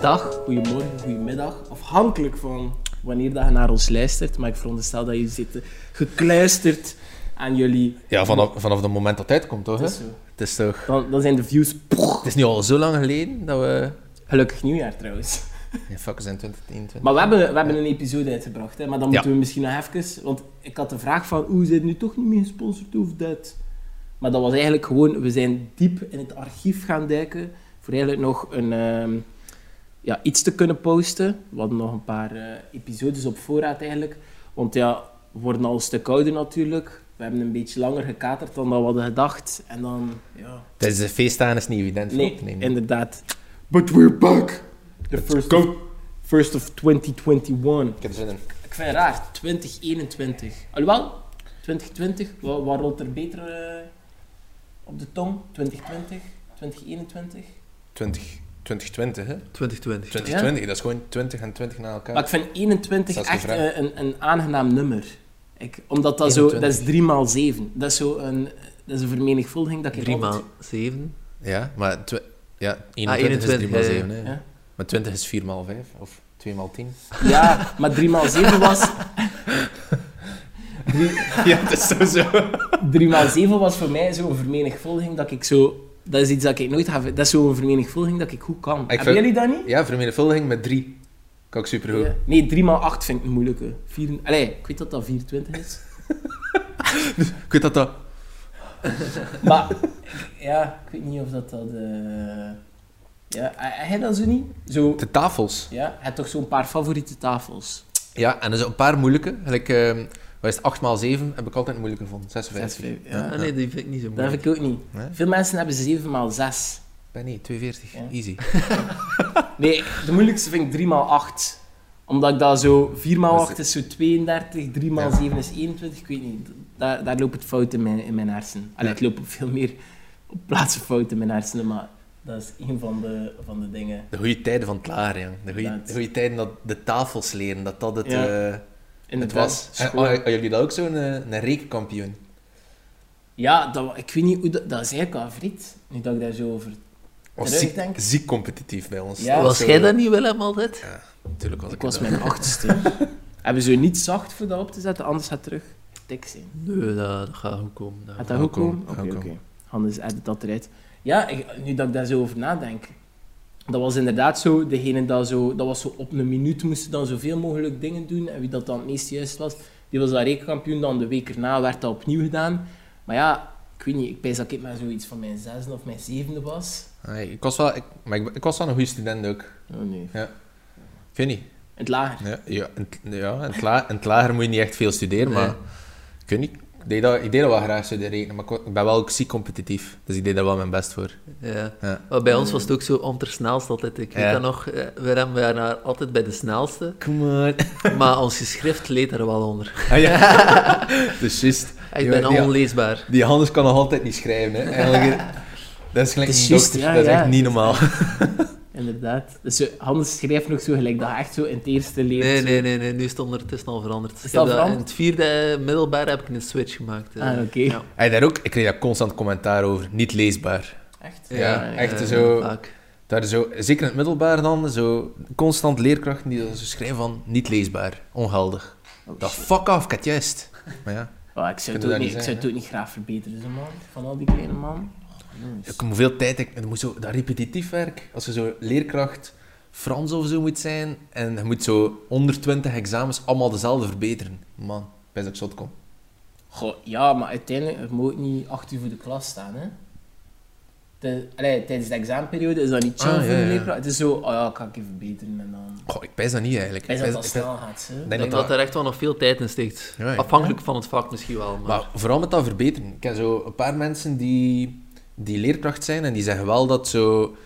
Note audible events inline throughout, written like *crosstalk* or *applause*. dag, goedemorgen, goedemiddag. Afhankelijk van wanneer dat je naar ons luistert. Maar ik veronderstel dat je zit eh, gekluisterd aan jullie. Ja, vanaf, vanaf het moment dat het uitkomt, toch? hè? Dat is zo. Het is toch... Dan, dan zijn de views. Het is nu al zo lang geleden dat we... Gelukkig nieuwjaar trouwens. Nee, fuck, we zijn 2021. Maar we hebben, we hebben een episode uitgebracht, hè? maar dan moeten Ja. we misschien nog even... Want ik had de vraag van, hoe zijn nu toch niet meer gesponsord of dat? Maar dat was eigenlijk gewoon, we zijn diep in het archief gaan duiken voor eigenlijk nog een, ehm, ja, iets te kunnen posten. We hadden nog een paar eh, episodes op voorraad eigenlijk. Want ja, we worden al een stuk ouder natuurlijk. We hebben een beetje langer gekaterd dan dat we hadden gedacht. En dan, ja... Tijdens de feestdagen is het niet evident. Nee, nee, nee. inderdaad. But we're back! The first of, first of 2021. Ik heb er zin in. Ik vind het raar, 2021. Alhoewel, 2020, wat, wat rolt er beter eh, op de tong? 2020, 2021. 20, 2020, hè? 2020. 2020, dat is gewoon 20 en 20 na elkaar. Maar ik vind 21 Dat is echt geen vraag. eh, een, een aangenaam nummer. Ik, omdat dat zo, dat is 3 maal 7. Dat is zo een, dat is een vermenigvuldiging dat ik 3 maal altijd- 7. Ja, maar... twe- Ja, 21, is 3 21, maal ja, ja. 7, hè. Ah, eh, Ja. Maar 20 is 4 maal 5. Of 2 maal *laughs* 10. Ja, maar 3 maal 7 was, ja, dat is sowieso... 3 maal 7 was voor mij zo'n vermenigvuldiging dat ik zo... Dat is iets dat ik nooit ga... ver- Dat is zo'n vermenigvuldiging dat ik goed kan. Hebben vind- jullie dat niet? Ja, vermenigvuldiging met 3. Kan ik supergoed. Ja. Nee, 3 maal 8 vind ik een moeilijke. Vier... Allee, ik weet dat dat 24 is. Ik weet dat dat... *laughs* Maar ik- ja, ik weet niet of dat dat. eh, Ja, heb je dat zo niet? Zo, De tafels. ja, je hebt toch zo'n paar favoriete tafels? Ja, en er zijn een paar moeilijke. Gelijk, ehm, wat is het, 8 maal 7 heb ik altijd moeilijker gevonden. 56. Zes, vijf, Ah, ja. nee, die vind ik niet zo Dat moeilijk. heb ik ook niet. Nee? Veel mensen hebben 7 x 6. Ben niet, 42. Ja. Easy. Nee, de moeilijkste vind ik 3 x 8. Omdat ik dat zo 4 x Dat is- 8 is zo 32, 3 x Ja. 7 is 21. Ik weet niet, daar, daar loopt het fout in mijn, in mijn hersenen. Allee, Ja. het loopt op veel meer op plaatsen fout in mijn hersenen, maar dat is een van de, van de dingen. De goede tijden van het laren, jong. De goede, Inderdaad. de goede tijden dat de tafels leren, dat dat het, Ja, eh, het Inderdaad, was. En, school. hadden jullie dat ook zo'n eh, een rekenkampioen? Ja, dat, ik weet niet hoe dat... Dat is eigenlijk wel vriend, nu dat ik daar zo over... was Terug, ziek, denk ik. ziek competitief bij ons. Ja. Was Zo, jij dat niet, Willem, altijd? Natuurlijk was Ik ik, was dat. mijn *laughs* achtste. Hebben ze niet zacht voor dat op te zetten, anders gaat het terug dik zijn. Nee, dat, dat gaat goed komen. dat- Gaat dat Ook goed komen? komen, Oké, ook oké. komen. Anders edit dat eruit. Ja, ik- nu dat ik daar zo over nadenk. Dat was inderdaad zo, degene dat zo... Dat was zo op een minuut, moesten dan zoveel mogelijk dingen doen. En wie dat dan het meest juist was, die was dan rekenkampioen. Dan de week erna werd dat opnieuw gedaan. Maar ja, ik weet niet, ik pijs dat ik maar zoiets van mijn zesde of mijn zevende was. Nee, Ah, ik was wel... Ik, maar ik, ik was wel een goede student ook. Oh nee. Ik weet niet. Het lager. Ja, ja, in, het- ja in, het la, *laughs* in het lager moet je niet echt veel studeren, maar... Nee. Ik weet niet. Ik deed, dat, ik deed dat wel graag studeren rekenen, maar ik, wa- ik ben wel ook ziek competitief. Dus ik deed daar wel mijn best voor. Ja. Ja. Maar bij ons was het ook zo om ter snelste altijd. Ik weet Ja. dat nog, eh, Willem, we waren daar altijd bij de *laughs* snelste. Come on. Maar ons geschrift leed er wel onder. Ah, ja. *laughs* dus juist. Ik Ja, ben ja. onleesbaar. Die Hannes kan nog altijd niet schrijven, hè. Eigenlijk, dat is gelijk Het is een juist, dokter. ja, dat is ja. echt niet *laughs* normaal. Inderdaad. Dus zo, Hans schrijft nog zo gelijk dat je echt zo in het eerste leert. Nee, zo- nee, nee, nee, nu is het ondertussen al veranderd. het Ik heb al dat- veranderd? In het vierde eh, middelbaar heb ik een switch gemaakt. eh. Ah, oké. Ja. Hij daar ook, ik kreeg daar constant commentaar over. Niet leesbaar. Echt? Ja, Ja, echt eh, zo. vaak. Daar zo, zeker in het middelbaar dan, zo constant leerkrachten die dat zo schrijven van niet leesbaar, ongeldig. Oh, Dat shit. fuck af, ik had juist. Maar ja, Oh, ik zou, Kunnen het we ook niet, dat niet ik zou zeggen, het ook niet graag verbeteren, zo man. Van al die kleine Dus- man. ik, hoeveel tijd ik... Het moet zo, dat repetitief werk, als je zo leerkracht Frans of zo moet zijn, en je moet zo 120 examens allemaal dezelfde verbeteren. Man, best dat ik zot kom. Goh, ja, maar uiteindelijk, je moet ook niet acht uur voor de klas staan, hè. De, allee, tijdens de examenperiode is dat niet chill Ah, voor ja, de ja. leerkracht. Het is zo, oh ja, kan ik even verbeteren en dan... Goh, ik pijs dat niet eigenlijk. Hij dat pijs- dat ik pijs- snel gaat, zo. ik Ik denk dat daar echt wel nog veel tijd in steekt. Ja, ja. Afhankelijk van het vak misschien wel. Maar, Maar vooral met dat verbeteren. Ik ken zo een paar mensen die, die leerkracht zijn en die zeggen wel dat zo...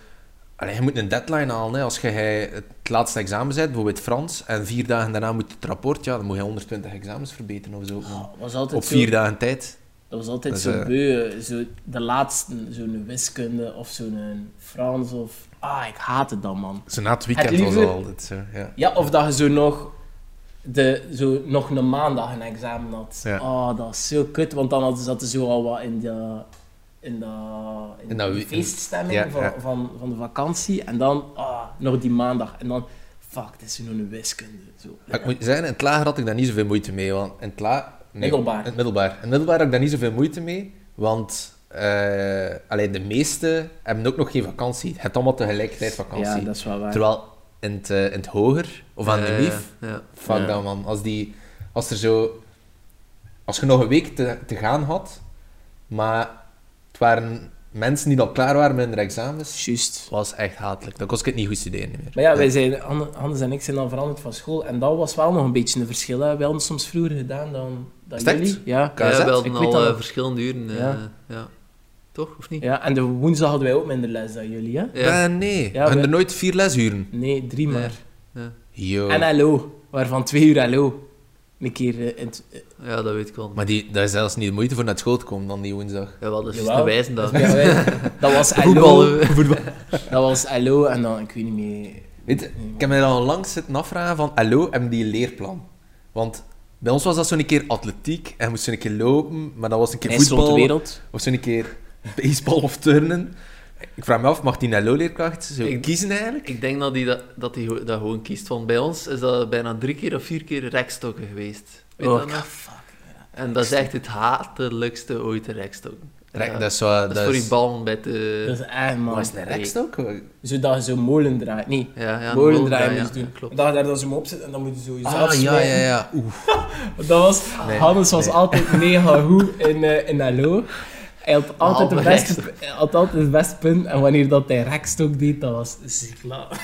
Allee, je moet een deadline halen. Hè. Als je hij het laatste examen zet, bijvoorbeeld Frans, en vier dagen daarna moet het rapport, ja, dan moet je 120 examens verbeteren of zo. Oh, dat was altijd op zo- vier dagen tijd. Dat was altijd Dat is, zo eh, beu, eh, zo de laatste, zo'n wiskunde of zo'n Frans of... Ah, ik haat het dan, man. Zo na het weekend weekend Het was was liever- al altijd zo. Ja. Ja, of dat je zo nog, de, zo nog een maandag een examen had. Ah, Ja. Oh, dat is zo kut, want dan had- zat er zo al wat in, de, in dat, in In dat die weekend. feeststemming Ja, van, ja. Van, van de vakantie. En dan ah, nog die maandag. En dan, fuck, het is nog een wiskunde. Zo. Maar ik moet zeggen, in het lager had ik daar niet zoveel moeite mee. Want in het la... nee, Middelbaar. In het middelbaar. In het middelbaar had ik daar niet zoveel moeite mee. Want eh allee, de meeste hebben ook nog geen vakantie. Het hebt allemaal tegelijkertijd ja, vakantie. dat is wel waar. Terwijl in het, eh, in het hoger, of aan de Eh, lief, Ja. fuck Ja. dat man. Als, die, als er zo... Als je nog een week te, te gaan had, maar het waren mensen die al klaar waren met hun examens, Juist. was echt hatelijk. Dan kon ik het niet goed studeren meer. Maar ja, wij zijn, Han- Hannes en ik zijn dan veranderd van school. En dat was wel nog een beetje een verschil. Hè. Wij hadden het soms vroeger gedaan dan, dan Is het echt? jullie. Ja. KZ? Ja, we Ik hadden weet al dat eh, nog. verschillende uren. eh, Ja. ja. Toch, of niet? ja, en de woensdag hadden wij ook minder les dan jullie, hè? Ja. Eh, nee, Ja, we hebben we- er nooit vier lesuren. Nee, drie Nee. maar. Yo. En hallo, waarvan twee uur hallo. Een keer eh, in het- eh, Ja, dat weet ik wel. Maar die, dat is zelfs niet de moeite voor naar school te komen dan die woensdag. Ja, wel, dat is Jawel. een wijze dat, dat. *laughs* ja, wij- dat was hallo. Voetballen. Dat was hallo en dan, ik weet niet meer. Weet je, ik heb mij dan onlangs zitten afvragen van, hallo, hebben die een leerplan? Want bij ons was dat zo'n keer atletiek en moest zo'n keer lopen, maar dat was een keer Hij stond de voetbal wereld. of zo'n keer baseball of turnen. Ik vraag me af, mag die hallo-leerkracht zo Ik- kiezen eigenlijk? Ik denk dat hij dat, dat, hij dat gewoon kiest. Want bij ons is dat bijna drie keer of vier keer rekstokken geweest. Weet je Oh, dat nog? fuck. En dat is echt het hatelijkste ooit, de rekstok. Rek, Ja. dat is, wat, Dat is voor die bal bij de... Dat is echt, man. Was het een rekstok? Zodat je zo'n molen draait. Nee, Ja, molen ja, molen draaien draaien, moest ja, doen. klopt. Dat je daar dan zo mee opzet en dan moet je zo jezelf Ah, ja, smijten. ja, ja. Oeh. Dat was, Nee, Hannes was nee. altijd mega goed in, eh, in Hallo. Hij had altijd, de Behalve beste, hij had altijd het beste punt. En wanneer dat hij rekstok deed, dat was ziek laat.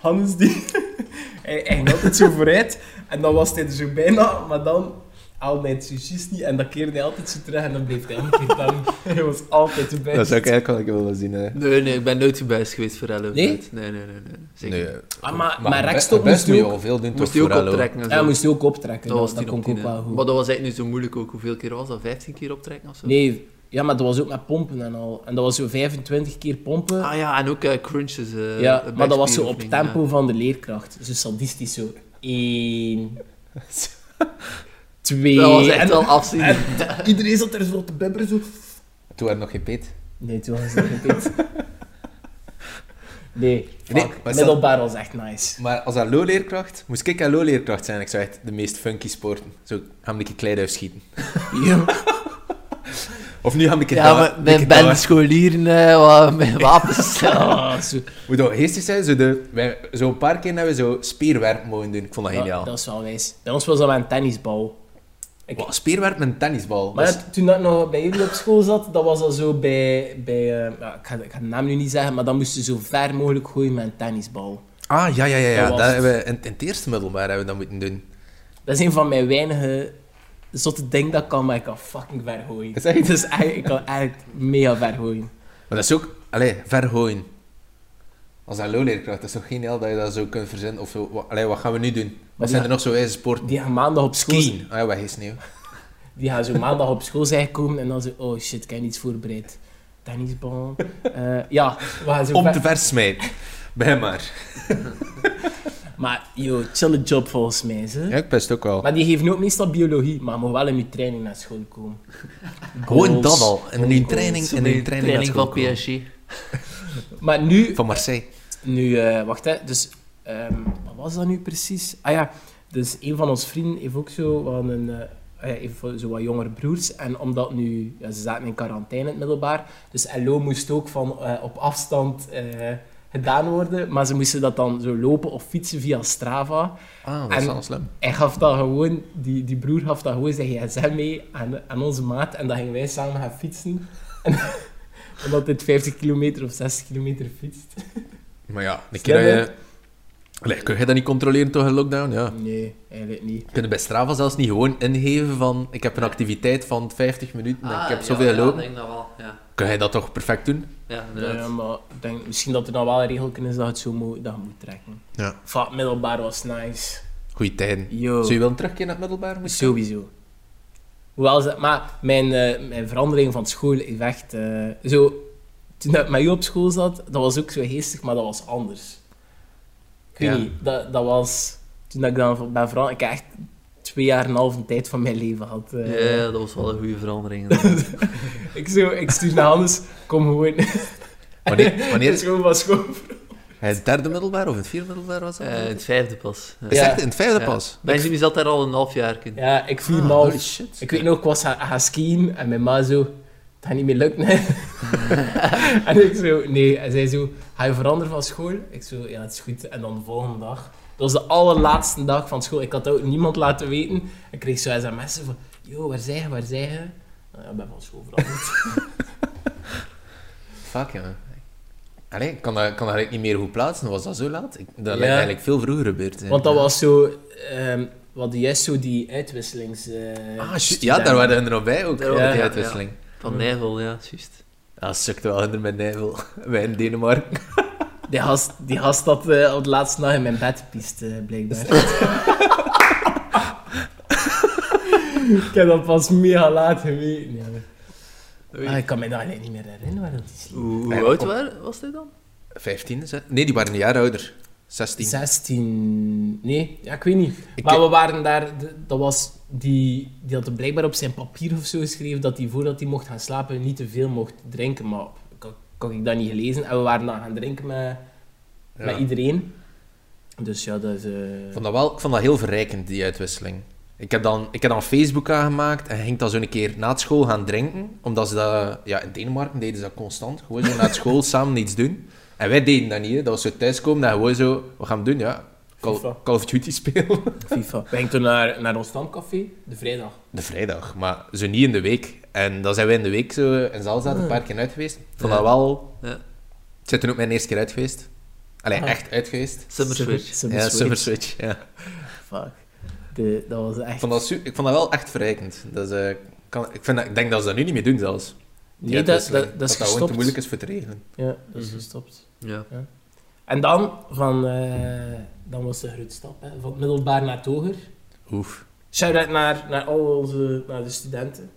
Hannes die... *laughs* hij, hij ging altijd zo vooruit. En dan was hij er zo bijna. Maar dan haalde hij het zo juist niet. En dan keerde hij altijd zo terug. En dan *laughs* bleef hij omgekeerd hangen. Hij was altijd de beste. Dat zou ik eigenlijk wel een keer willen zien. Hè. Nee, nee, ik ben nooit gebuist geweest voor LO. Nee? Nee, nee, nee. nee, zeker Nee, niet. Ah, maar, maar maar be- rekstok best moest moet je je ook... al veel doen toch Moest hij ook voor LO. optrekken en zo. Ja, moest je ook optrekken. Dat, was dat, tien op kon ik tien, ook hè. wel goed. Maar dat was eigenlijk niet zo moeilijk ook. Hoeveel keer was dat? 15 keer optrekken of zo? Nee, ja, maar dat was ook met pompen en al. En dat was zo 25 keer pompen. Ah ja, en ook eh, crunches. eh, ja, maar dat was zo op backspin-oefeningen, tempo van de leerkracht. Zo sadistisch zo. Eén. *laughs* twee. ja. Dat was echt en, wel afzien. en *laughs* iedereen zat er zo op te bibberen. Zo. Toen waren nog geen peet. Nee, toen was het niet eens. Nee, Nee, fuck. maar stel- middelbaar was echt *laughs* nice. Maar als hallo-leerkracht, moest ik hallo-leerkracht zijn. Ik zou echt de meest funky sporten. Zo, ga ik een kleid uitschieten. *laughs* Ja. Of nu ga ik een Ja, maar mijn band scholieren, eh, wat- met *laughs* wapens. Ah, zo. Moet dat geestig zijn? Zo, de, wij, zo een paar keer hebben we zo speerwerp mogen doen. Ik vond dat geniaal. Dat, dat is wel wijs. Bij ons was dat met een tennisbal. ik- Wat, speerwerp met een tennisbal. Maar Dat ja, toen dat ik nog bij jullie op school zat, dat was dat zo bij... bij eh, ja, ik, ga, ik ga de naam nu niet zeggen, maar dan moest je zo ver mogelijk gooien met een tennisbal. is- Ah, ja, ja, ja. ja. Dat Dat was het. hebben we in, in het eerste middelbaar hebben we dat moeten doen. Dat is een van mijn weinige zotte dingen dat ik kan, maar ik kan fucking ver gooien. Is dat *laughs* echt? Dus eigenlijk, ik kan eigenlijk mega ver gooien. Maar dat is ook... Allee, vergooien. Als hallo-leerkracht, dat is toch geniaal dat je dat zo kunt verzinnen? Of zo, wa- allee, wat gaan we nu doen? Wat die zijn ga- er nog zo wijze sporten? Die gaan maandag op school... Skiën. Ah ja, wat geen sneeuw. Die gaan zo maandag op school zijn komen en dan zo... Oh shit, ik heb niets voorbereid. Tennisbal... Eh, ja, we gaan zo Om ver- te versmijten. Bij maar. Maar yo, chille job volgens mij, ze. Ja, ik best ook wel. Maar die geven ook meestal biologie, maar moet wel in je training naar school komen. Gewoon Goals. dat al. En nu Goals. training, en nu Mijn training, naar school van komen. PSG. Maar nu Van Marseille. Nu, eh, wacht hè, dus ehm, wat was dat nu precies? Ah ja, dus een van ons vrienden heeft ook zo wat, een, eh, ah ja, heeft zo wat jongere broers. En omdat nu, ja, ze zaten in quarantaine in het middelbaar, dus LO moest ook van, eh, op afstand eh, gedaan worden. Maar ze moesten dat dan zo lopen of fietsen via Strava. Ah, En- dat is al slim. Hij gaf dat gewoon, die, die broer gaf dat gewoon zijn gsm mee aan, aan onze maat. En dan gingen wij samen gaan fietsen. *laughs* En, omdat dit 50 kilometer of 60 kilometer fietst. Maar ja, de keer Slim, dat je... Allee, kun je dat niet controleren door een lockdown? Ja. Nee, eigenlijk niet. Kun je bij Strava zelfs niet gewoon ingeven van... Ik heb een activiteit van 50 minuten en ik heb Ah, zoveel ja, ja, lopen. ik denk dat wel, ja. Kun jij dat toch perfect doen? Ja, Ja, inderdaad. ja, maar ik denk misschien dat er dan wel een regel is dat je het zo moet, dat je moet trekken. Ja. Vat middelbaar was nice. Goeie tijden. Yo. Zou je wel een terugkeer naar het middelbaar moeten? Sowieso. Hoewel ze, maar mijn, eh, mijn verandering van school is echt. eh, zo, toen ik met jou op school zat, dat was ook zo geestig, maar dat was anders. Ik weet Ja. niet, dat, dat was. Toen ik dan ben veranderd, ik heb echt twee jaar en een half de tijd van mijn leven had. Ja, eh. ja, dat was wel een goede *laughs* verandering. inderdaad. Ik, zo, ik stuur naar Hannes, kom gewoon. Wanneer, Het is wanneer, gewoon wat *laughs* schoon. hij is derde middelbaar of in het vierde middelbaar was dat? Eh, in het vijfde pas. Ja. Is Ja. echt in het vijfde Ja. pas? Mijn zin zat daar al een half jaar in. Ja, ik vier en Ah, een half. holy shit. Ik weet nog, ik was gaan, gaan skiën en mijn ma zo, het gaat niet meer lukken. *laughs* hè." en ik zo, nee. En zij zo, ga je veranderen van school? Ik zo, ja, het is goed. En dan de volgende dag. Dat was de allerlaatste dag van school. Ik had dat ook niemand laten weten. Ik kreeg zo sms'en van, yo, waar zijn je, waar zijn je? Nou ja, ik ben van school veranderd. Fuck, ja. Allee, ik kan dat, kan dat eigenlijk niet meer goed plaatsen. Was dat zo laat? Ik, dat Ja. lijkt eigenlijk veel vroeger gebeurd. hè. Want dat was zo, ehm we hadden juist zo die uitwisselings... eh, Ah, shit. ja, studenten. daar waren we er nog bij ook, Daar met waren die we- uitwisseling. Van Nijvel, ja, juist. Ah, sukt wel hinder met Nijvel. *laughs* Wij in Denemarken. Die gast, die gast had eh, op de laatste nacht in mijn bed gepiest, eh, *laughs* blijkbaar. ik heb dat pas mega laat geweten. ja. Ah, ik kan me daar eigenlijk niet meer herinneren waar dat is. Hoe, hoe Nee, oud kom. wa- was hij dan? 15, is het? Nee, die waren een jaar ouder. 16. 16... Nee, ja, ik weet niet. Ik- maar we waren daar... d- Dat was... Die, die had er blijkbaar op zijn papier of zo geschreven dat hij voordat hij mocht gaan slapen niet te veel mocht drinken. Maar ik had- kon ik dat niet gelezen. En we waren dan gaan drinken met, Ja. met iedereen. Dus ja, dat is... eh, Ik vond dat wel, ik vond dat heel verrijkend, die uitwisseling. Ik heb dan, ik heb dan Facebook aangemaakt en ging dan zo een keer na het school gaan drinken. Omdat ze dat... Ja, in Denemarken deden ze dat constant. Gewoon zo na het school samen iets doen. En wij deden dat niet, hè. Dat was zo thuiskomen en gewoon zo... Wat gaan we doen? Ja, Call, FIFA. Call of Duty spelen. *laughs* FIFA. We gingen toen naar, naar ons stamcafé, de vrijdag. De vrijdag, maar zo niet in de week. En dan zijn wij in de week zo in Zalzaat een paar keer uit geweest. Ik vond dat Ja. wel... Ja. Het zit toen ook mijn eerste keer uit geweest. Allee, Ah. echt uit geweest. Summer Switch. ja, Summer Switch, ja. Fuck. De, dat was Ik echt... vond dat, su- ik vond dat wel echt verrijkend. Dat is, eh, kan, ik, vind dat, ik denk dat ze dat nu niet meer doen zelfs. Die Nee, dat, uitwisseling. dat, dat is dat gewoon gestopt. te moeilijk is voor te regelen. Ja, dat is Mhm. gestopt. Ja. En dan, van, eh, dan was de grote stap, hè, van het middelbaar naar het hoger. Oef. Shout-out naar, naar al onze naar de studenten.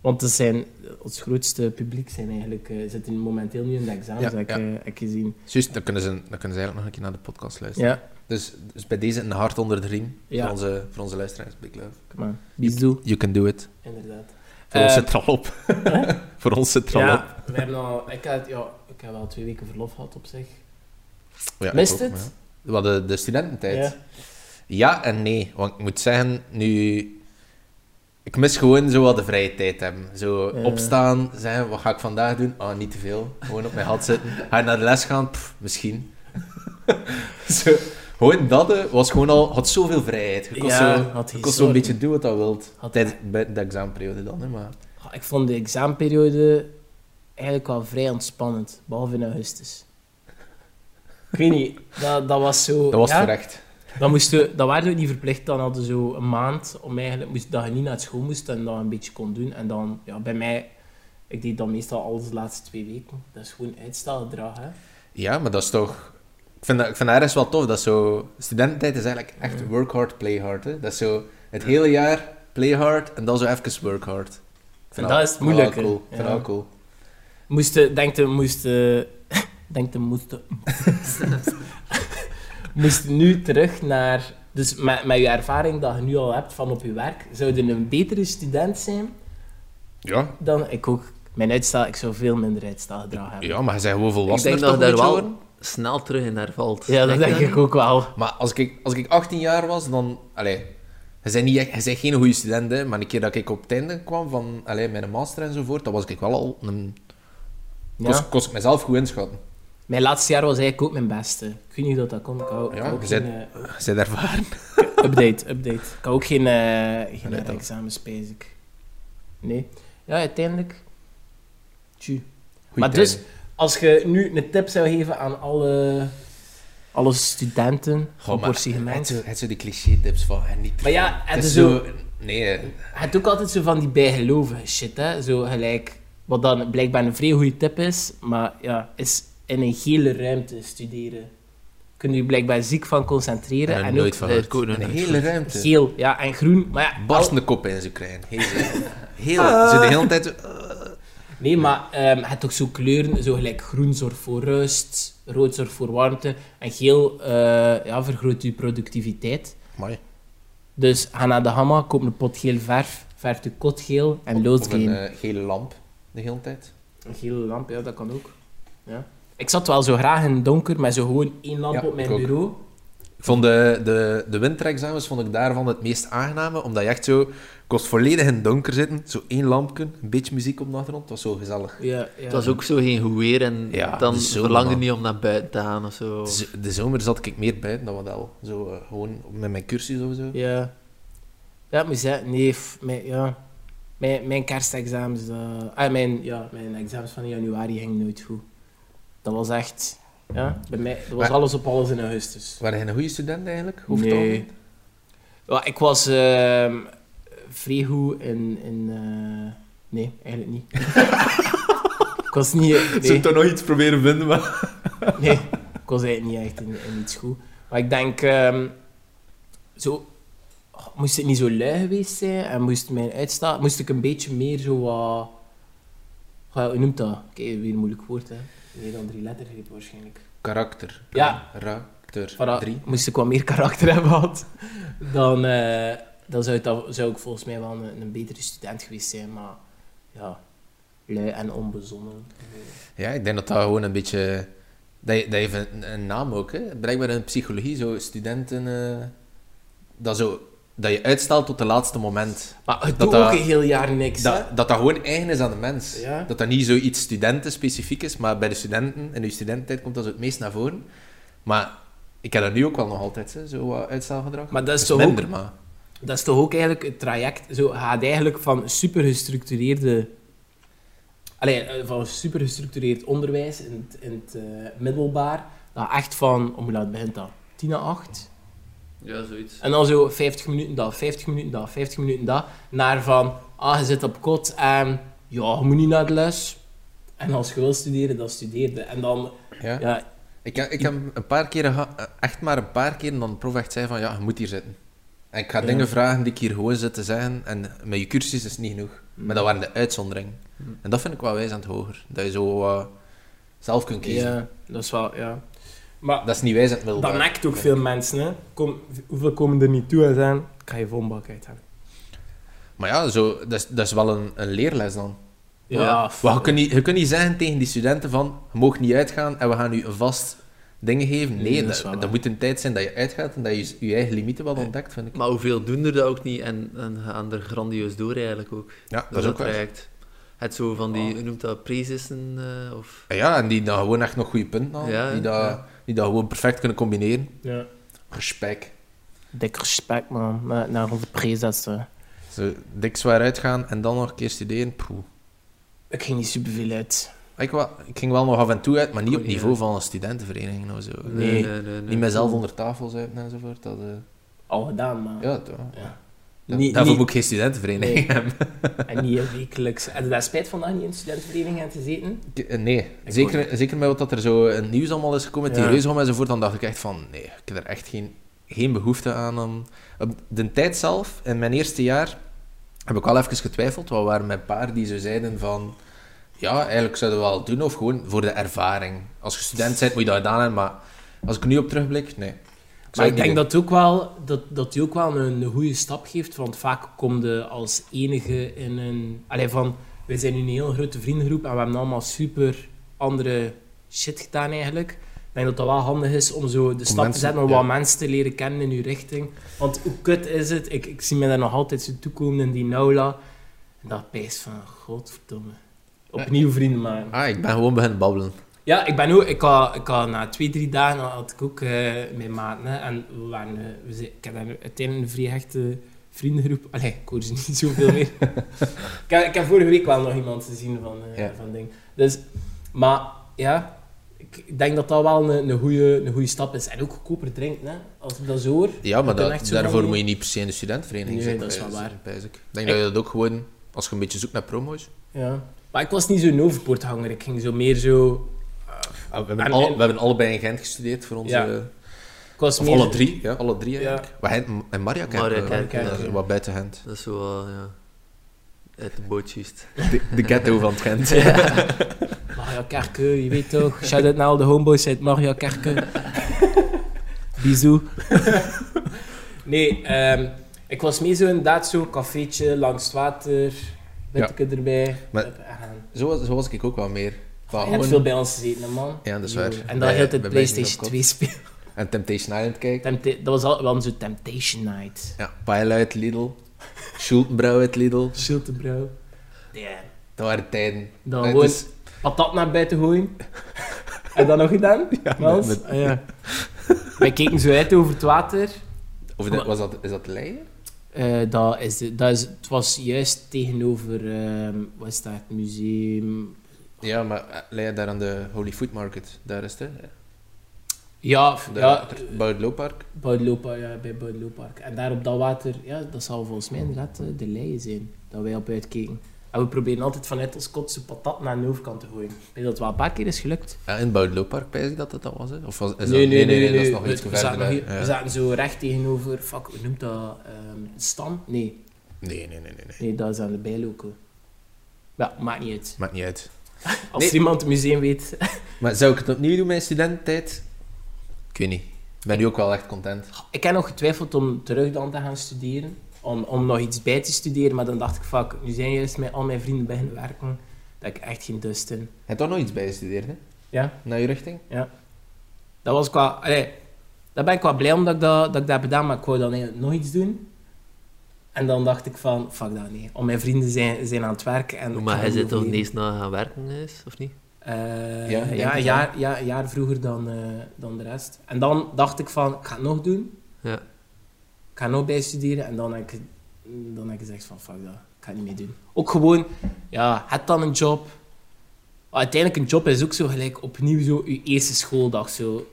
Want het zijn, ons grootste publiek zijn eigenlijk, eh zitten momenteel nu in de examens, Ja, heb ik, ja. eh, heb ik gezien. Juist, dan kunnen, ze, dan kunnen ze eigenlijk nog een keer naar de podcast luisteren. Ja, Dus, dus bij deze een hart onder de riem Ja. voor, onze, voor onze luisteraars. Big love. come on. Bisou. You can do it. Inderdaad. Voor Eh, ons zit er al op. *laughs* voor ons zit er al op. Ja, we hebben al, ik, had, ja, ik heb wel twee weken verlof gehad op zich. Ja, ik Mist ook, het? maar ja. We hadden de studententijd. Ja. Ja en nee. Want ik moet zeggen, nu... Ik mis gewoon zo wat de vrije tijd hebben. Zo Ja. opstaan, zeggen, wat ga ik vandaag doen? Ah, niet te veel. Gewoon op mijn gat zitten. Ga je naar de les gaan? Pff, misschien. *laughs* zo, gewoon dat eh, was gewoon al... Had zoveel vrijheid. Je kon Ja, zo- had je die kon zo'n zorgen. beetje doen wat dat wilt. Had- Tijdens bij de examenperiode dan, hè, maar... Ah, Ik vond de examenperiode eigenlijk wel vrij ontspannend, behalve in augustus. Ik weet niet, dat, dat was zo... Dat was Oh, ja, terecht. Dan, moesten, dan waren we ook niet verplicht, dan hadden we zo een maand om eigenlijk, moest, dat je niet naar school moest en dat een beetje kon doen. En dan, ja, bij mij, ik deed dat meestal alles de laatste twee weken. Dat is gewoon uitstelgedrag, hè. Ja, maar dat is toch... Ik vind dat, ik vind dat ergens wel tof. Dat zo... Studententijd is eigenlijk echt work hard, play hard. Hè? Dat is zo het hele jaar play hard en dan zo even work hard. Ik En dat is het moeilijke, Vind dat wel cool. Ik vind ja. dat wel cool. Moesten, denkte, moesten, *laughs* denkte, moesten, *laughs* moesten nu terug naar, dus met, met je ervaring dat je nu al hebt van op je werk, zou je een betere student zijn Ja, dan ik ook? Mijn uitstel, ik zou veel minder uitstelgedrag hebben. ja, maar je bent gewoon Ik volwassener denk dat je toch, daar moet je wel worden? snel terug in hervalt. Ja, dat denk ik ook wel. Maar als ik, als ik 18 jaar was, dan... Allee, je bent, niet, echt- je bent geen goede student, hè, maar een keer dat ik op het einde kwam van allee, mijn master enzovoort, dan was ik wel al een... Ja. Kost, kost ik mezelf goed inschatten. Mijn laatste jaar was eigenlijk ook mijn beste. Ik weet niet hoe dat komt. Ik had, ik Ja, had ook je geen, bent- eh, Je bent ervaren. Update, update. Ik had ook geen, eh geen Nee, eh, dan. examens, basic. Nee. Ja, uiteindelijk. Tju. Goeie maar dus, tijden. als je nu een tip zou geven aan alle, alle studenten, Goh, van maar portie Het gemengd. zo- het zo die cliché-tips van... En niet te Maar ja, veel. en dus Het is zo- zo... Nee, eh, Het ook altijd zo van die bijgelovige shit, hè. Zo gelijk, wat dan blijkbaar een vrij goede tip is, maar ja, is in een gele ruimte studeren. Kun je blijkbaar ziek van concentreren. En En, er ook eh, nooit van gehoord. ik ook nog Een nooit hele gehoord. ruimte. geel, ja, en groen. Maar ja, al- Barstende kop in ze krijgen. *laughs* Heel, heel, Ze de hele tijd... zo, eh. Nee, maar ehm je hebt ook zo kleuren, zo gelijk groen zorgt voor rust, rood zorgt voor warmte en geel eh, ja, vergroot je productiviteit. Amai. Dus ga naar de Hamma, koop een pot geel verf, verf de kot geel en Of een loodgeel. Een, eh, gele lamp de hele tijd. gele lamp, ja, dat kan ook. Ja. Ik zat wel zo graag in het donker met zo gewoon één lamp Ja, op mijn ik ook. bureau. Ik vond de, de, de winterexamens vond ik daarvan het meest aangename, omdat je echt zo... Ik was volledig in het donker zitten, zo één lampje, een beetje muziek op de achtergrond, het was zo gezellig. Ja, ja. Het was ook zo geen goed weer en Ja, dan de zomer, verlangde man. niet om naar buiten te gaan of zo. Z- De zomer zat ik meer buiten dan wat wel. Zo eh, gewoon met mijn cursus of zo. Ja. Dat moet zeggen, nee, f- mijn, ja. Mijn, mijn kerstexamens, eh, ah, mijn, ja, mijn examens van in januari ging nooit goed. Dat was echt, ja, bij mij, dat was Maar- alles op alles in augustus. Waren jij een goede student eigenlijk? Hoeft Nee. dat? Ja, ik was ehm vrij goed in, in eh, nee, eigenlijk niet. ik was niet, eh, *laughs* nee, toch nog iets proberen vinden, maar... nee, ik was eigenlijk niet echt in, in iets goed. Maar ik denk, ehm, zo, oh, moest het niet zo lui geweest zijn en moest mijn uitstaat, moest ik een beetje meer zo wat, ja, hoe noemt dat? Kijk, weer een moeilijk woord hè. Meer dan drie lettergrepen waarschijnlijk. Karakter. Ja. Karakter. Voilà, Drie. moest ik wat meer *laughs* karakter hebben gehad, dan, eh, dan zou, het, dan zou ik volgens mij wel een, een betere student geweest zijn. Maar ja, lui en onbezonnen. Ja, ik denk dat dat gewoon een beetje... Dat, je- dat heeft een, een naam ook, hè. Blijkbaar in psychologie, zo studenten... eh, dat, zo, dat je uitstelt tot de laatste moment. Maar het Dat doet dat- ook een heel jaar niks. hè. Dat, dat dat gewoon eigen is aan de mens. Ja. Dat dat niet zoiets studentenspecifiek is, maar bij de studenten, in je studententijd komt dat zo het meest naar voren. Maar ik heb dat nu ook wel nog altijd, hè, zo wat uitstelgedrag. Maar dat is Dus toch ook minder, maar... Dat is toch ook eigenlijk het traject. Zo je gaat eigenlijk van super gestructureerde. Allee, eh, van super gestructureerd onderwijs in het, in het eh, middelbaar. Dat echt van, om hoe laat begint dat? 10 na 8. Ja, zoiets. En dan zo 50 minuten dat, 50 minuten dat, 50 minuten dat. Naar van, ah, je zit op kot en ja, je moet niet naar de les. En als je wil studeren, dan studeerde. En dan, Ja. ja, Ik, heb- ik heb een paar keer, geha- eh, echt maar een paar keer, dan de prof echt zei van, ja, je moet hier zitten. En ik ga Ja. dingen vragen die ik hier gewoon zit te zeggen, en met je cursus is het niet genoeg. Maar dat waren de uitzonderingen. Mm. En dat vind ik wel wijs aan het hoger. Dat je zo eh, zelf kunt kiezen. ja, dat is wel, ja. Maar Dat is niet wijs aan het dat middelbaar. nekt ook veel mensen, hè. Kom, hoeveel komen er niet toe en zijn, ik ga je vonbak uit hebben. Maar ja, zo, dat, is, dat is wel een, een leerles dan. Ja, Ja. f- Maar je kunt, niet, je kunt niet zeggen tegen die studenten van, je mag niet uitgaan en we gaan u een vast dingen geven. Nee, Nee, dat is dat, wel dat waar. moet een tijd zijn dat je uitgaat en dat je je eigen limieten wel ontdekt, vind ik. Maar hoeveel doen er dat ook niet en, en gaan er grandioos door eigenlijk ook. Ja, dat, is ook waar. traject. Het zo van die, hoe noemt dat, prezissen eh, of... Ah Ja, en die dan gewoon echt nog goede punten halen. Ja, die, dat, ja. die dat gewoon perfect kunnen combineren. ja. Respect. Dik respect, man, naar, naar onze prezetten. Zo dik zwaar uitgaan en dan nog een keer studeren. Poeh. Ah, Ik ging niet superveel uit. Ik, wa- ik ging wel nog af en toe uit, maar niet op Goeie, niveau van een studentenvereniging of zo. Nee. nee, nee. Niet mezelf onder tafel zuipen enzovoort. Dat, eh, Al gedaan, man. ja, toch. Ja. Da- Niet- daarvoor niet- moet ik geen studentenvereniging hebben. En niet wekelijks. Had je daar spijt van dat je niet in een studentenvereniging aan te zitten? Ik- eh, Nee, Ik zeker, zeker met wat dat er zo in het nieuws allemaal is gekomen, met Ja. die reuzegom enzovoort, dan dacht ik echt van, nee, ik heb er echt geen, geen behoefte aan. Om... Op de tijd zelf, in mijn eerste jaar, heb ik wel even getwijfeld, want we waren met een paar die zo zeiden van, ja, eigenlijk zouden we wel doen, of gewoon voor de ervaring. Als je student bent, moet je dat gedaan hebben, maar als ik nu op terugblik, nee. Maar zou het ik niet denk doen. dat ook wel, dat, dat die ook wel een, goede stap geeft, want vaak kom je als enige in een... Allee, van, wij zijn nu een heel grote vriendengroep en we hebben allemaal super andere shit gedaan eigenlijk. Ik denk dat dat wel handig is om zo de stap te mensen- zetten, om ja. wat mensen te leren kennen in je richting. Want hoe kut is het? Ik, ik zie me daar nog altijd zo toekomen in die naula. En dat pijs van, godverdomme. Opnieuw vrienden maken. Ah, ik ben gewoon beginnen babbelen. Ja, ik ben ook... Ik had, ik had na twee, drie dagen had ik ook eh, mijn maat. Hè, en we waren, eh, we zijn- ik heb daar uiteindelijk een vrij hechte vriendengroep. Allee, ik hoor ze niet zoveel *laughs* meer. ik, heb, ik heb vorige week wel nog iemand gezien van, eh, Ja. van ding. Dus, maar ja, ik ik denk dat dat wel een, een, goede, een goede stap is. En ook goedkoper drinken, hè. Als ik dat zo hoor. Ja, maar Ik ben dat- echt zo van daarvoor die- moet je niet per se in de studentenvereniging Nee, zitten. dat is wel bij- waar. bij- Ik denk dat je dat ook gewoon, als je een beetje zoekt naar promo's, Ja. Maar ik was niet zo'n overpoorthanger. Ik ging zo meer zo... eh, Ah, we, hebben En- alle- en- we hebben allebei in Gent gestudeerd voor onze. Ja. Ik was Of meer... alle drie, ja, alle drie eigenlijk. Maar Gent en Maria eh, Mariakerk, ja. Wat buiten Gent. Dat is zo wel, ja... Uit de boot juist. De, ghetto van het Gent. *laughs* Maria Kerke, je weet toch. Shout-out naar al de homeboys uit Maria Kerke. Bisous. nee, ehm, Ik was mee zo inderdaad zo'n cafeetje langs het water, witteke erbij. Maar- Hup, aan. Zo was, zo was ik ook wel meer. Van Je hebt gewoon- veel bij ons gezeten, hè, man. Ja, dat is Yo, waar. En dan Bij- heel de bij Lightning PlayStation op 2 spelen. En Temptation Island kijken. Tempta- dat was al wel onze Temptation Night. Ja, Pile uit Lidl. Schultenbrouw uit Lidl. Shilte, bro. Damn. Dat waren tijden. Dan Het gewoon is- patat naar buiten gooien. *laughs* Heb je dat nog *laughs* gedaan? Ja, met- ja. *laughs* Wij keken zo uit over het water. Of dat, was dat, is dat Leien? Eh, dat is, de- dat is, het was juist tegenover, ehm, wat is dat, het museum? Ja, maar eh, Leien daar aan de Holy Food Market. Daar is het, hè? Ja, f- ja Daar, Bij het looppark. Boudelooppark, ja, bij Boudelooppark. En daar op dat water, ja, dat zal volgens mij inderdaad eh, de leien zijn, dat wij op uitkeken. En we proberen altijd vanuit ons kotse patat naar de overkant te gooien. Ik denk dat het wel een paar keer is gelukt. Ja, in het Bouwt Looppark, pijs ik dat dat dat was, hè? Of was, is dat... dat is nog iets we, verder. we zaten, nog hè. hier- we Ja. zaten zo recht tegenover, fuck, hoe noemt dat? ehm Stam? Nee, Nee, nee, nee, nee, nee. nee, dat is aan de bijloken. Ja, maakt niet uit. Maakt niet uit. Als Nee. er iemand het museum weet. Maar zou ik het opnieuw doen, mijn studententijd? Ik weet niet. Ik ben nu ook wel echt content. Ik heb nog getwijfeld om terug dan te gaan studeren. Om, om nog iets bij te studeren, maar dan dacht ik, fuck, nu zijn juist met al mijn vrienden beginnen werken. Dat ik echt geen dust in. Je hebt toch nog iets bij gestudeerd, hè? Ja. Naar je richting? Dat was qua... Allee, daar ben ik wel blij om dat ik dat, dat ik dat heb gedaan, maar ik wou dan eigenlijk nog iets doen. En dan dacht ik van, fuck dat, nee. Om mijn vrienden zijn, zijn aan het werk en... Maar ik ga hij zit toch overleven. niet eens na gaan werken, is, of niet? Eh, Ja, ja, ik denk ja, het jaar, ja, een jaar vroeger dan, eh, dan de rest. En dan dacht ik van, ik ga het nog doen. Ja. Ik ga nog bijstuderen. En dan heb ik, dan heb ik gezegd van, fuck dat, ik ga het niet meer doen. Ook gewoon, ja, het dan een job. Uiteindelijk, een job is ook zo gelijk opnieuw zo je eerste schooldag. Zo.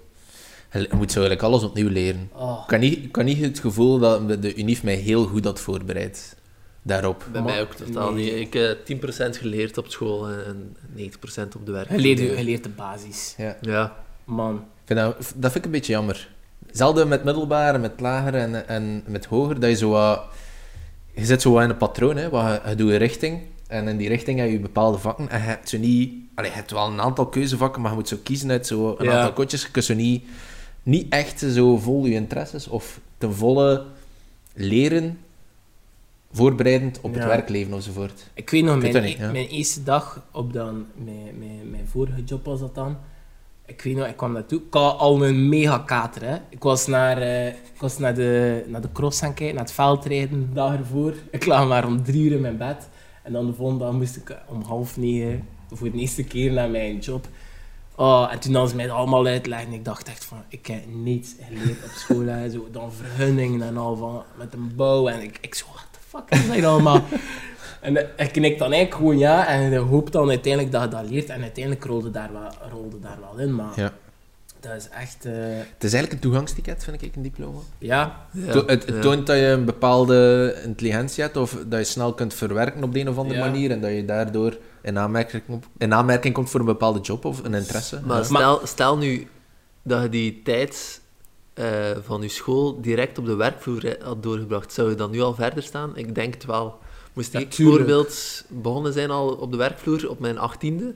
Je moet zo eigenlijk alles opnieuw leren. Ah. Ik kan niet, ik kan niet het gevoel dat de UNIF mij heel goed had voorbereid. Daarop. Bij Maar- mij ook totaal nee. niet. Ik heb 10% geleerd op school en en 90% op de werk. Je, leert, je leert de basis. Ja. Ja, Man, Ik vind dat, dat vind ik een beetje jammer. Zelden met middelbaar en met lager en, en met hoger, dat je zo wat... Je zit zo wat in een patroon, hè. Wat, je, je doet een richting. En in die richting heb je bepaalde vakken. En je hebt zo niet... Allee, je hebt wel een aantal keuzevakken, maar je moet zo kiezen uit zo een Ja. aantal kotjes. Je kunt zo niet, niet echt zo vol je interesses of ten volle leren, voorbereidend op het Ja. werkleven enzovoort. Ik weet nog, Ik weet mijn, dat niet, e- ja. mijn eerste dag op dan, mijn, mijn, mijn vorige job was dat dan. Ik weet nog, ik kwam naartoe. Ik had al een mega kater. Hè. Ik was, naar, eh, ik was naar, de, naar de cross gaan kijken, naar het veld rijden de dag ervoor. Ik lag maar om drie uur in mijn bed. En dan de volgende dag moest ik eh, om half negen voor de eerste keer naar mijn job. Oh, en toen hadden ze mij het allemaal uitleggen. Ik dacht echt van, ik heb niets geleerd op school. hè. Zo, dan vergunningen en al van, met een bouw. En ik, ik zo, what the fuck is dat hier allemaal? En eh, hij knikt dan eigenlijk gewoon ja en je hoopt dan uiteindelijk dat je dat leert. En uiteindelijk rolde daar wel, rolde daar wel in, maar Ja. dat is echt... eh, Het is eigenlijk een toegangsticket, vind ik, een diploma. ja, ja, To- het het ja. toont dat je een bepaalde intelligentie hebt of dat je snel kunt verwerken op de een of andere Ja. manier en dat je daardoor in aanmerking, op- in aanmerking komt voor een bepaalde job of een interesse. Maar stel, stel nu dat je die tijd eh, van je school direct op de werkvloer eh, had doorgebracht. Zou je dan nu al verder staan? Ik denk het wel. Moest Ja, ik tuurlijk. bijvoorbeeld begonnen zijn al op de werkvloer op mijn achttiende,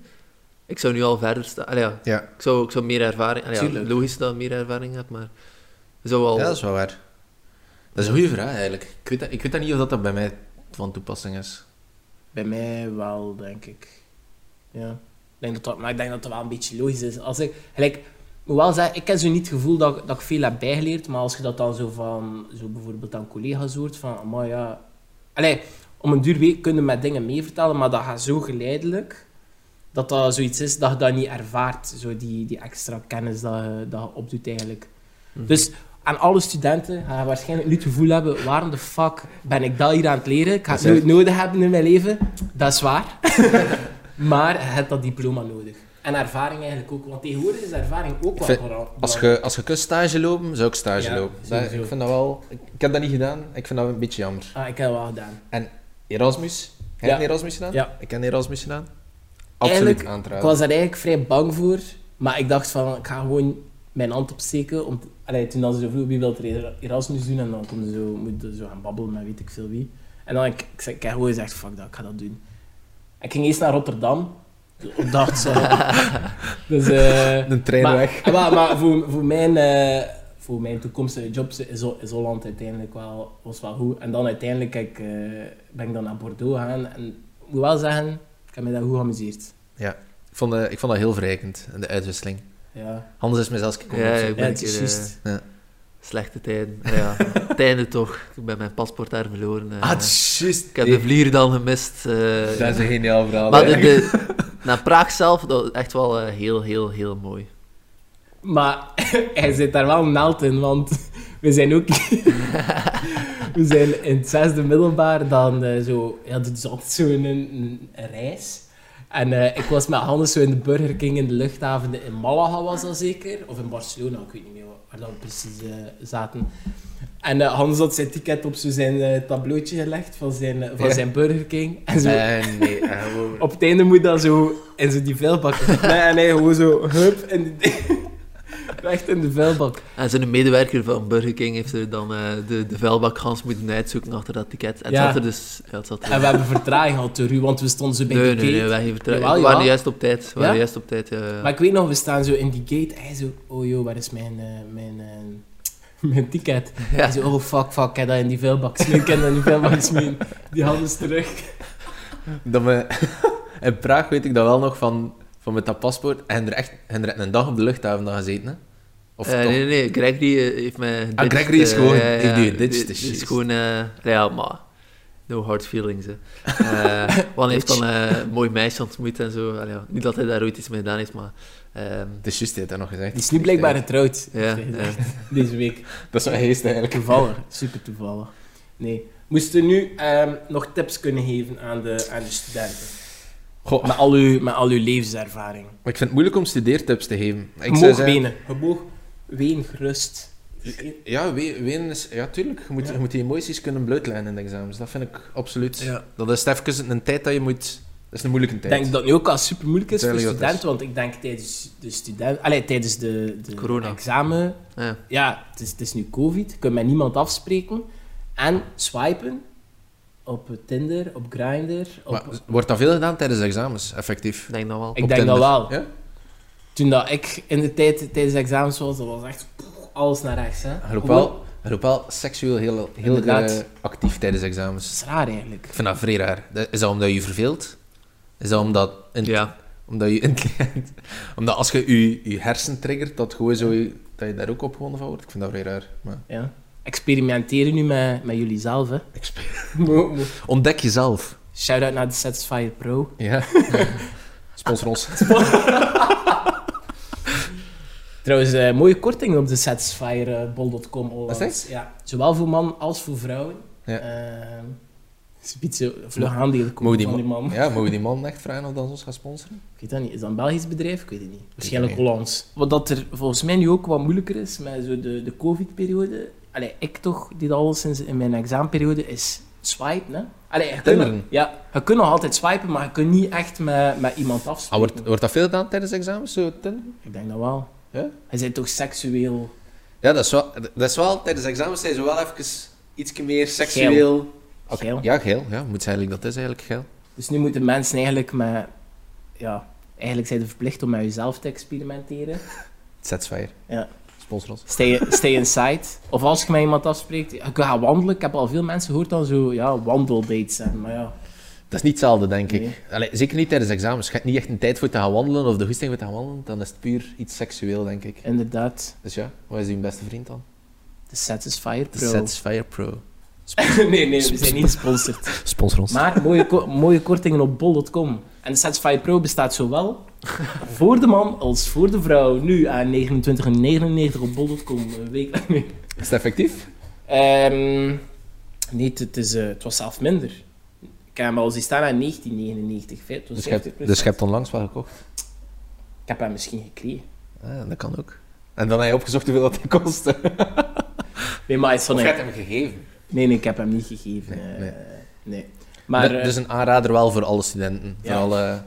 ik zou nu al verder staan. Allee, ja, Ja, ik, zou, ik zou meer ervaring... allee, ja, Tuurlijk. logisch dat je meer ervaring hebt, maar... je Zou al... ja, dat is wel waar. Dat is een goede vraag eigenlijk. Ik weet, dat, ik weet dat niet of dat, dat bij mij van toepassing is. bij mij wel, denk ik. Ja. Ik denk dat dat, maar ik denk dat dat wel een beetje logisch is. Als ik, gelijk, ik moet wel zeggen, ik heb zo niet het gevoel dat, ik- dat ik veel heb bijgeleerd, maar als je dat dan zo van, zo bijvoorbeeld aan collega's hoort, van, maar ja... Allee, om een duur week kunnen met dingen meevertellen, maar dat gaat zo geleidelijk, dat dat zoiets is dat je dat niet ervaart, zo die, die extra kennis dat je, dat je opdoet eigenlijk. Mhm. Dus aan alle studenten gaan waarschijnlijk nu het gevoel hebben, waarom de fuck ben ik dat hier aan het leren? Ik ga het Dat is nooit nodig hebben in mijn leven. Dat is waar. maar je hebt dat diploma nodig. En ervaring eigenlijk ook, want tegenwoordig is ervaring ook wel Vind- vooral. Als je, als je kunt stage lopen, zou ik stage Ja, lopen. Dat, sowieso. ik, vind dat wel, ik, ik heb dat niet gedaan, ik vind dat een beetje jammer. Ah, ik heb dat wel gedaan. Erasmus? Heb je Ja. een Erasmus gedaan? Ja. Ik heb een Erasmus gedaan. Absoluut Eigenlijk, Ik aantraden. was daar eigenlijk vrij bang voor, maar ik dacht van, ik ga gewoon mijn hand opsteken. Om te- Allee, toen hadden ze zo vroeg, wie wil er Era- Erasmus doen? En dan konden ze zo, moeten ze zo gaan babbelen met weet ik veel wie. En dan, ik, ik, zei- ik heb gewoon gezegd, fuck dat, ik ga dat doen. Ik ging eerst naar Rotterdam. Ik *laughs* dacht zo. dus, eh, Een trein maar, weg. *laughs* Maar, maar voor, voor mijn... eh, voor mijn toekomstige job is, Ho- is Holland uiteindelijk wel, was wel goed. En dan uiteindelijk heb ik, eh, ben ik dan naar Bordeaux gegaan. En ik moet wel zeggen, ik heb me daar goed geamuseerd. Ik vond, dat- ik vond dat heel verrijkend, en de uitwisseling. Ja, Hans is me zelfs gekomen. Ja, op zoek. ja ik ben een het is keer... eh, juist. Slechte tijden. Ah Ja, tijden toch. Ik ben mijn paspoort daar verloren. eh. Ah, het is juist. ik heb de vlier dan gemist. eh. Dat is een geniaal verhaal. maar de, hè. de- naar Praag zelf, dat was echt wel eh, heel, heel, heel mooi. Maar *laughs* hij zit daar wel naald in, want we zijn ook... *laughs* we zijn in het zesde middelbaar dan eh, zo... Ja, dat is altijd zo'n een, een- een reis. En eh, ik was met Hannes zo in de Burger King in de luchthaven. In Malaga was dat zeker. Of in Barcelona, ik weet niet meer waar dat we precies eh, zaten. En eh Hannes had zijn ticket op zo zijn eh, tableautje gelegd van zijn, eh, van Ja. zijn Burger King. En zo Eh, nee, eh, gewoon- op het einde moet dat zo in zo die vuilbak. *laughs* Nee, en hij gewoon zo, hup, in die... *laughs* Recht in de vuilbak. En zijn medewerker van Burger King heeft er dan eh, de, de vuilbak gans moeten uitzoeken achter dat ticket. En het Ja. zat er dus... Ja, het zat er... En we hebben vertraging gehad door u, want we stonden zo bij die Nee, nee, gate. nee, wij hebben het- Jawel, we jawel. waren juist op tijd. We waren Ja? juist op tijd, eh, ja, ja. Maar ik weet nog, we staan zo in die gate. En hij zo, oh joh, waar is mijn, eh, mijn, eh, *laughs* mijn ticket? *laughs* Ja. Hij zo, oh fuck, fuck, ik heb dat in die vuilbak smeen. Ik heb dat in die vuilbak smeen. Die handen is terug. dat me, *laughs* in Praag weet ik dat wel nog van, van met dat paspoort. En er echt en er echt een dag op de luchthaven dan gezeten, hè? Of Eh, toch? nee, nee, nee, Gregory eh, heeft mij... geditcht, Ah, Gregory is eh, gewoon- die doet dit, dus die- die is juist. gewoon... eh, ja, maar... No hard feelings, hè. *laughs* Eh, want hij heeft dan eh, een mooi meisje ontmoet en zo. Allee, ja, niet dat hij daar ooit iets mee gedaan heeft, maar... ehm, Het is juist, hij heeft dat nog gezegd. Die is nu blijkbaar getrouwd. ja, heeft hij ja. gezegd, Deze week. Dat is wel geest eigenlijk. Toevallig, super toevallig. Nee. Moesten we nu ehm, nog tips kunnen geven aan de, aan de studenten? Goh, Met al, uw, met al uw levenservaring. maar ik vind het moeilijk om studeertips te geven. Ik Je moog wenen. Je moog ween gerust. Ja, we- wenen is... Ja, tuurlijk. Je moet, Ja. je moet die emoties kunnen blootleggen in de examens. Dat vind ik absoluut... Ja. Dat is even een tijd dat je moet... Dat is een moeilijke Ik tijd. denk dat het nu ook al super moeilijk is voor Tuurlijk dat studenten, want ik denk tijdens de student, allee, tijdens de, de Corona. examen, ja. ja, het is, het is nu COVID, je kunt met niemand afspreken en swipen op Tinder, op Grindr. Op, Maar wordt dat veel gedaan tijdens de examens, effectief? ik denk dat wel. ik denk op dat Tinder. wel. Ja? Toen dat ik in de tijd tijdens de examens was, dat was echt poeh, alles naar rechts. Hè. Je loopt Hoewel, wel, je loopt wel seksueel heel, heel Inderdaad. eh, actief tijdens de examens. Dat is raar eigenlijk. Ik vind dat vrij raar. Dat- Is dat omdat je je verveelt? Is dat omdat, in- Ja, omdat je intelligent... *laughs* Omdat als je je, je hersen triggert, dat, gewoon zo, je- dat je daar ook opgewonden van wordt? Ik vind dat vrij raar. Maar... Ja. Experimenteren nu met, met jullie zelf. Hè. *laughs* Ontdek jezelf. Shout-out naar de Satisfyer Pro. *laughs* Ja. Sponsor *laughs* ons. Trouwens, eh, mooie korting op de satisfyerbol.com. onlangs. Wat zeg Ja, zowel voor man als voor vrouwen. Ja. Ehm, ze biedt zo vlug aandelen Mogen kopen die van die man, man. ja, mogen die man echt vragen of dat ze ons gaat sponsoren? Ik weet dat niet. Is dat een Belgisch bedrijf? Ik weet het niet. Waarschijnlijk Ik weet Hollands. Wat dat er volgens mij nu ook wat moeilijker is met zo de, de covid-periode. Allee, ik toch, die dat al sinds in mijn examenperiode, is swipen. Hè? Allee, je kunt, nog- Tinderen. ja, je kunt nog altijd swipen, maar je kunt niet echt met, met iemand Ah, afspreken. wordt, wordt dat veel gedaan tijdens examens? Zo, Tinder? Ik denk dat wel. Ja? Hij zei toch seksueel... ja, dat is, wel, dat is wel... Tijdens examens zijn ze wel even iets meer seksueel. Geil. Ja, geel. Ja, moet zijn eigenlijk, dat is eigenlijk geel. Dus nu moeten mensen eigenlijk met... Ja, eigenlijk zijn ze verplicht om met jezelf te experimenteren. Satisfier. Ja. Sponsor ons. Stay, stay inside. Of als je met iemand afspreekt, ik ga wandelen. Ik heb al veel mensen gehoord dan zo, ja, wandeldates zijn. Maar ja, Dat is niet hetzelfde, denk Nee. ik. Allee, zeker niet tijdens examens. Je hebt niet echt een tijd voor te gaan wandelen of de goesting voor te gaan wandelen. Dan is het puur iets seksueel, denk ik. inderdaad. Dus ja, wat is uw beste vriend dan? De Satisfyer De Pro. Satisfyer Pro. *laughs* nee, nee, we zijn niet *laughs* gesponsord. Sponsor ons. Maar mooie, ko- mooie kortingen op bol.com. En de Satisfyer Pro bestaat zowel voor de man als voor de vrouw. Nu aan 29,99 op bol.com. Een week lang mee. Is het effectief? Ehm nee, het, is, eh, het was zelf minder. Ik heb hem al zien staan aan 1999. hè. Het was Dus je hebt, 50%. dus je hebt onlangs wel gekocht. Ik heb hem misschien gekregen. Ah, dat kan ook. En dan heb je opgezocht hoeveel dat kostte. Nee, maar het is van... een- hem gegeven. Nee, nee, ik heb hem niet gegeven. Nee, eh, nee. nee. Maar Maar, eh, dus een aanrader wel voor alle studenten. Ja. Voor alle...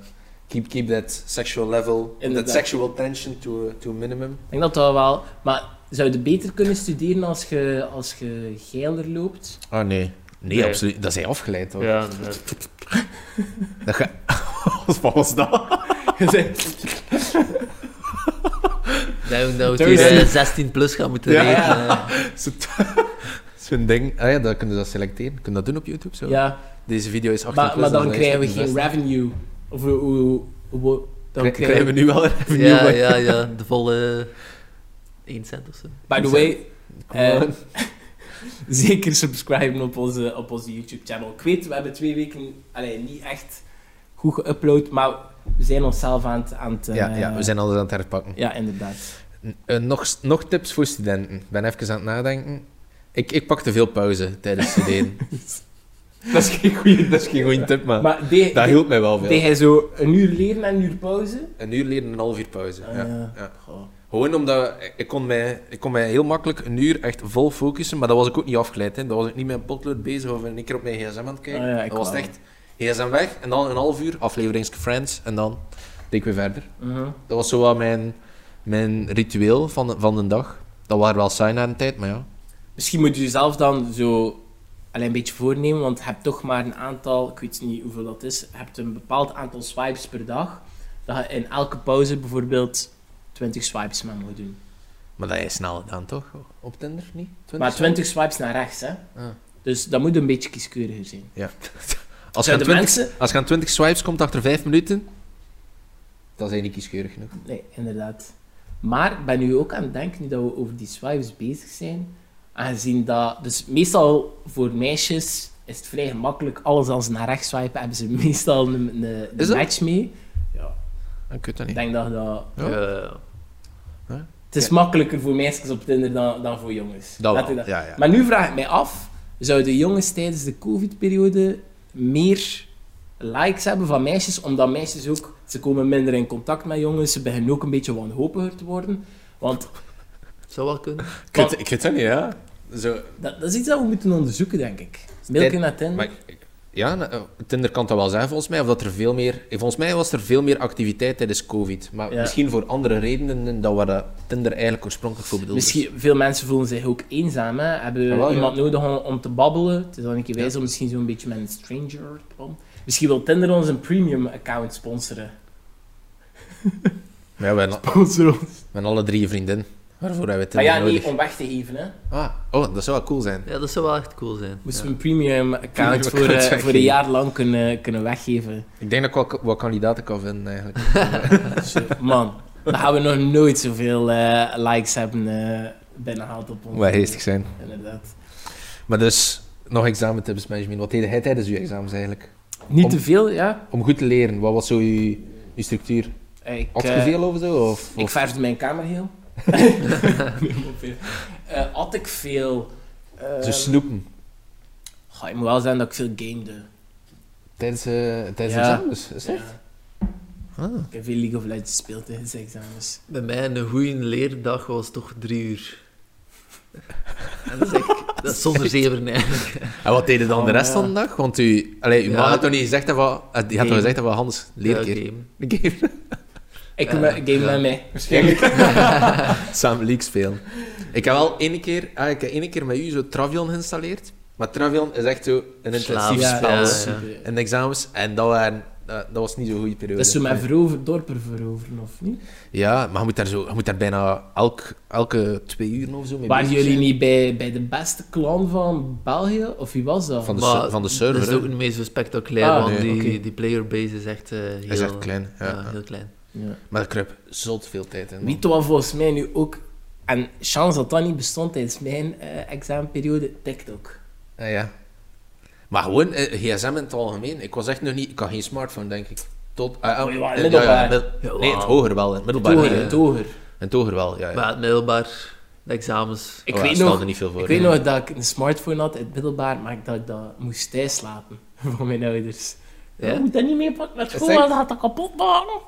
Keep, keep that sexual level, Inderdaad. sexual tension to, to a minimum. ik denk dat dat wel... Maar zou je beter kunnen studeren als je als je geiler loopt? Ah, nee. Nee, Nee. absoluut. Dat is hij afgeleid, hoor. *laughs* ja inderdaad. Dat ga... *laughs* Wat was dat? Je zegt, denk dat we het Thuis, hier hè? eh, 16 plus gaan moeten Ja. rekenen. eh. *laughs* Zo- Zo'n ding. Ah ja, dat kunnen ze dat selecteren. Kunnen dat doen op YouTube? Zo? Ja, Deze video is 18 maar, plus, maar dan is krijgen we het geen beste. revenue. Of hoe... hoe- hoe- dan Krij- krijgen Krijgen we we... nu wel een revenue? ja, bij? ja, ja. De volle 1 cent of zo. By the way, Kom Eh, maar. zeker subscriben op onze, op onze YouTube-channel. Ik weet, we hebben twee weken allee, niet echt goed geüpload, maar we zijn onszelf aan het... Aan het eh, ja, ja, we zijn alles aan het herpakken. Ja, inderdaad. N- eh, nog, nog tips voor studenten. Ik ben even aan het nadenken. Ik, ik pak te veel pauze tijdens *laughs* studeren. dat is geen goede dat is geen goeie tip, man. Maar deed dat hielp mij wel deed- veel. deed hij zo een uur leren en een uur pauze? Een uur leren en een half uur pauze. ja. Ah, ja. goh. Gewoon omdat ik- ik kon, mij, ik kon mij heel makkelijk een uur echt vol focussen, maar dat was ik ook niet afgeleid. Hè. Dat was ik niet met een potlood bezig of een keer op mijn gsm aan het kijken. Ah ja, ik dat was wel. het echt gsm weg en dan een half uur afleveringske Friends en dan deed ik weer verder. Mhm. Dat was zo wel mijn, mijn ritueel van de, van de dag. Dat waren wel saai na een tijd, maar ja. Misschien moet je jezelf dan zo allee, een beetje voornemen, want je hebt toch maar een aantal, ik weet niet hoeveel dat is, je hebt een bepaald aantal swipes per dag. Dat je in elke pauze bijvoorbeeld 20 swipes maar moet doen. Maar dat is snel gedaan, toch? Op Tinder, niet? 20 Maar 20 swipes naar rechts, hè? Ah. Dus dat moet een beetje kieskeuriger zijn. Ja. *laughs* als, je aan Zijn de 20, mensen? als je aan 20 swipes komt achter 5 minuten, dan zijn die kieskeurig genoeg. Nee, inderdaad. Maar ik ben nu ook aan het denken, nu dat we over die swipes bezig zijn, aangezien dat... Dus meestal voor meisjes is het vrij gemakkelijk. Alles als ze naar rechts swipen, hebben ze *laughs* meestal een, een- een Is dat? match mee. Ik weet dat Ik niet. denk dat dat... Ja. Ja. Het is makkelijker voor meisjes op Tinder dan, dan voor jongens. Dat Laat wel, ik dat- ja, ja. Maar nu vraag ik mij af, zouden jongens tijdens de covid-periode meer likes hebben van meisjes, omdat meisjes ook, ze komen minder in contact met jongens, ze beginnen ook een beetje wanhopiger te worden. Want Zou wel kunnen. Ik weet, ik weet dat niet, ja. Zo, dat, dat is iets dat we moeten onderzoeken, denk ik. Milken naar Tinder. maar ik- ik- ja, na- eh, Tinder kan dat wel zijn volgens mij. Of dat er veel meer, eh, volgens mij was er veel meer activiteit tijdens COVID. Maar Ja. misschien voor andere redenen dan waar eh, Tinder eigenlijk oorspronkelijk voor bedoeld is. Misschien, veel mensen voelen zich ook eenzaam, hè? hebben Ah, wel, ja. iemand nodig om, om te babbelen. Het is dan een keer wijs om misschien zo'n beetje met een stranger te om. Misschien wil Tinder ons een premium account sponsoren. Maar ja, we hebben, al- Sponsor ons. we hebben alle drie een vriendin. Waarvoor hebben we Maar Tinder ja, nodig? nee, om weg te geven, hè. Ah, oh, dat zou wel cool zijn. Ja, dat zou wel echt cool zijn. Moesten we een premium Premium account account voor, eh, voor weggeven. een jaar lang kunnen, kunnen weggeven. Ik denk dat ik wel wat kandidaten kan vinden, *laughs* eigenlijk. Dus, eh, Man, dan gaan we nog nooit zoveel eh, likes hebben eh binnengehaald op ons. Wij geestig zijn. Inderdaad. Maar dus, nog examentips, Benjamin. Wat deed hij tijdens uw examens eigenlijk? Niet Om- te veel, ja. Om goed te leren, wat was zo uw, uw structuur? Ik, Had je eh, veel of zo? Of, ik of- verfde mijn kamer heel. Nee, maar veel. Eh, had ik veel... ehm, zo snoepen goh, ik moet wel zeggen dat ik veel gamede. tijdens, eh, tijdens Ja. examens? Is Ja. dat? Ah. Ik heb veel League of Legends gespeeld tijdens de dus examens. Bij mij een goede leerdag was toch drie uur. En dat is, *laughs* echt, dat is zonder zeven eigenlijk. En wat deed je dan de Oh, rest ja. van de dag? Want u, allee, uw Ja. man had toch niet gezegd dat we... eh, Die had toch Game. gezegd dat we Hans leer Ja, keer. game. De game. Ik Ja, me- game ja. met mij. Waarschijnlijk. *laughs* Samen League spelen. Ik heb wel één keer, ah, ik heb één keer met u zo Travion geïnstalleerd. Maar Travion is echt zo een intensief Slaaf, spel. ja, ja. super. En de examens. En dat, waren, dat, dat was niet zo'n goede periode. Dat is zo met Dus verover, dorpen veroveren, of niet? Ja, maar je moet daar, zo, je moet daar bijna elk, elke twee uur of zo mee Waren bezig jullie zijn. niet bij, bij de beste clan van België? Of wie was dat? Van de, Maar ser- van de Dat server, is hè. ook niet meer zo spectaculair, Ah, want nee, die, oké. die playerbase is echt eh, heel... is echt klein. Ja, ja, ja. heel klein. Ja. Maar ik kruip zot veel tijd in. man. Wie toch volgens mij nu ook... En chance dat dat niet bestond tijdens mijn eh, examenperiode, TikTok. Ah, ja. Maar gewoon, eh, gsm in het algemeen. Ik was echt nog niet... Ik had geen smartphone, denk ik. Tot... ah, ah, Oh, ja, ja, middelbaar. ja, mid- Ja, nee, in het wauw. hoger wel. In het middelbaar Toger, niet, hè. het Toger. In het hoger wel, ja. ja. Maar het middelbaar, de examens... Ik Oh, ja, weet stelde nog... niet veel voor. Ik weet nog dat ik een smartphone had in het middelbaar, maar ik dat ik dat moest *laughs* thuislaten van mijn ouders. Ja? Ik moet dat niet meer pakken naar Is school, echt? want dat gaat dat kapot maken.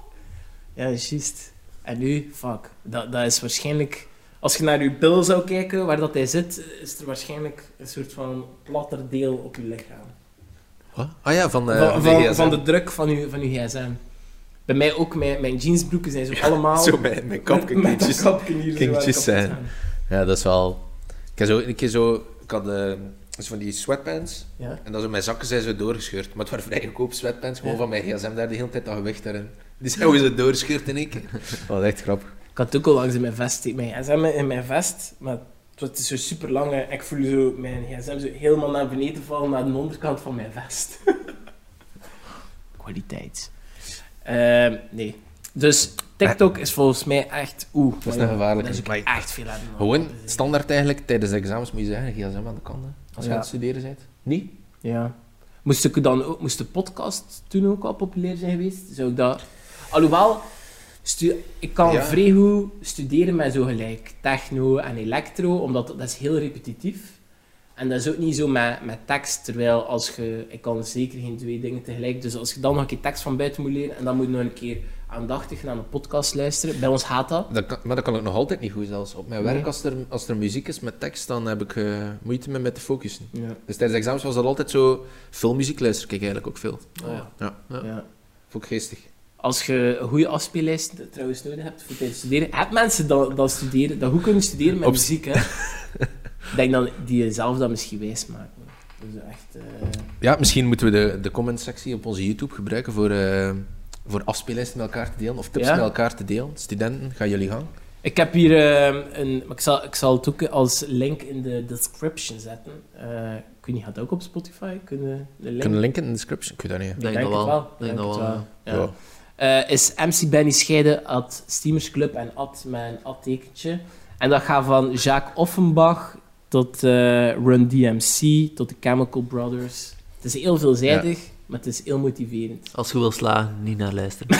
Ja, dat is juist. En nu, fuck. Dat, dat is waarschijnlijk... Als je naar je bil zou kijken, waar dat hij zit, is er waarschijnlijk een soort van platter deel op je lichaam. Wat? Ah ja, van, eh, van, van, gsm. van de druk van je, van uw gsm. Bij mij ook, mijn, mijn jeansbroeken zijn *laughs* zo allemaal... Zo, mijn, mijn met- kapje. met dat kindjes. kapje hier zo aan kindjes kapot zijn. gaan. Ja, dat is wel... Ik heb zo... Ik, heb zo, ik had eh, zo van die sweatpants. Ja. En dan zo mijn zakken zijn zo doorgescheurd. Maar het waren vrij goedkoop sweatpants, gewoon Ja. van mijn gsm daar de hele tijd dat gewicht erin. Die zijn gewoon zo doorgescheurd in één keer. Dat was echt grappig. Ik had het ook al langs in mijn vest steken. Mijn gsm in mijn vest, maar het is zo super lang. hè. Ik voel zo mijn gsm zo helemaal naar beneden vallen, naar de onderkant van mijn vest. *laughs* Kwaliteit. Ehm, nee. Dus TikTok is volgens mij echt... Oeh, Dat is maar een ja, gevaarlijke. daar zoek ik Maar echt veel aan. Gewoon, standaard eigenlijk, tijdens de examens moet je zeggen, gsm aan de kant, hè, als je Ja. aan het studeren bent. Niet? Ja. Moest ik dan ook, moest de podcast toen ook al populair zijn geweest? Zou ik dat... Alhoewel, stu- ik kan Ja. vrij goed studeren met zo gelijk techno en electro, omdat dat is heel repetitief. En dat is ook niet zo met, met tekst, terwijl als je... Ik kan zeker geen twee dingen tegelijk. Dus als je dan nog een keer tekst van buiten moet leren en dan moet je nog een keer aandachtig naar een podcast luisteren. Bij ons haat dat. Dat kan, maar dat kan ik nog altijd niet goed zelfs. Op mijn Nee. werk, als er, als er muziek is met tekst, dan heb ik eh, moeite mee met te focussen. Ja. Dus tijdens de examens was dat altijd zo... Veel muziek luister ik eigenlijk ook veel. Oh, ja. Ja, ja. vond ik geestig. Als je een goede afspeellijst trouwens nodig hebt voor tijdens studeren, heb mensen dat, dat studeren, dat goed kunnen studeren met Op- muziek, *laughs* hè? Ik denk dan die jezelf dat misschien wijs maken. Dus echt, eh, Ja, misschien moeten we de, de commentsectie op onze YouTube gebruiken voor, eh, voor afspeellijsten met elkaar te delen, of tips Ja. met elkaar te delen. Studenten, gaan jullie gang. Ik heb hier eh, een, maar ik zal, ik zal het ook als link in de description zetten. Eh, ik weet niet, gaat dat ook op Spotify? Kunnen de link? Kunnen linken in de description? Ik weet dat niet. Denk, dat het wel. Denk Denk dat het wel. wel, Ja. ja. Eh, is MC Benny Scheiden at Steamers Club en at mijn attekentje. En dat gaat van Jacques Offenbach tot eh, Run DMC tot de Chemical Brothers. Het is heel veelzijdig, maar het is heel motiverend. Als je wil slagen, niet naar luisteren.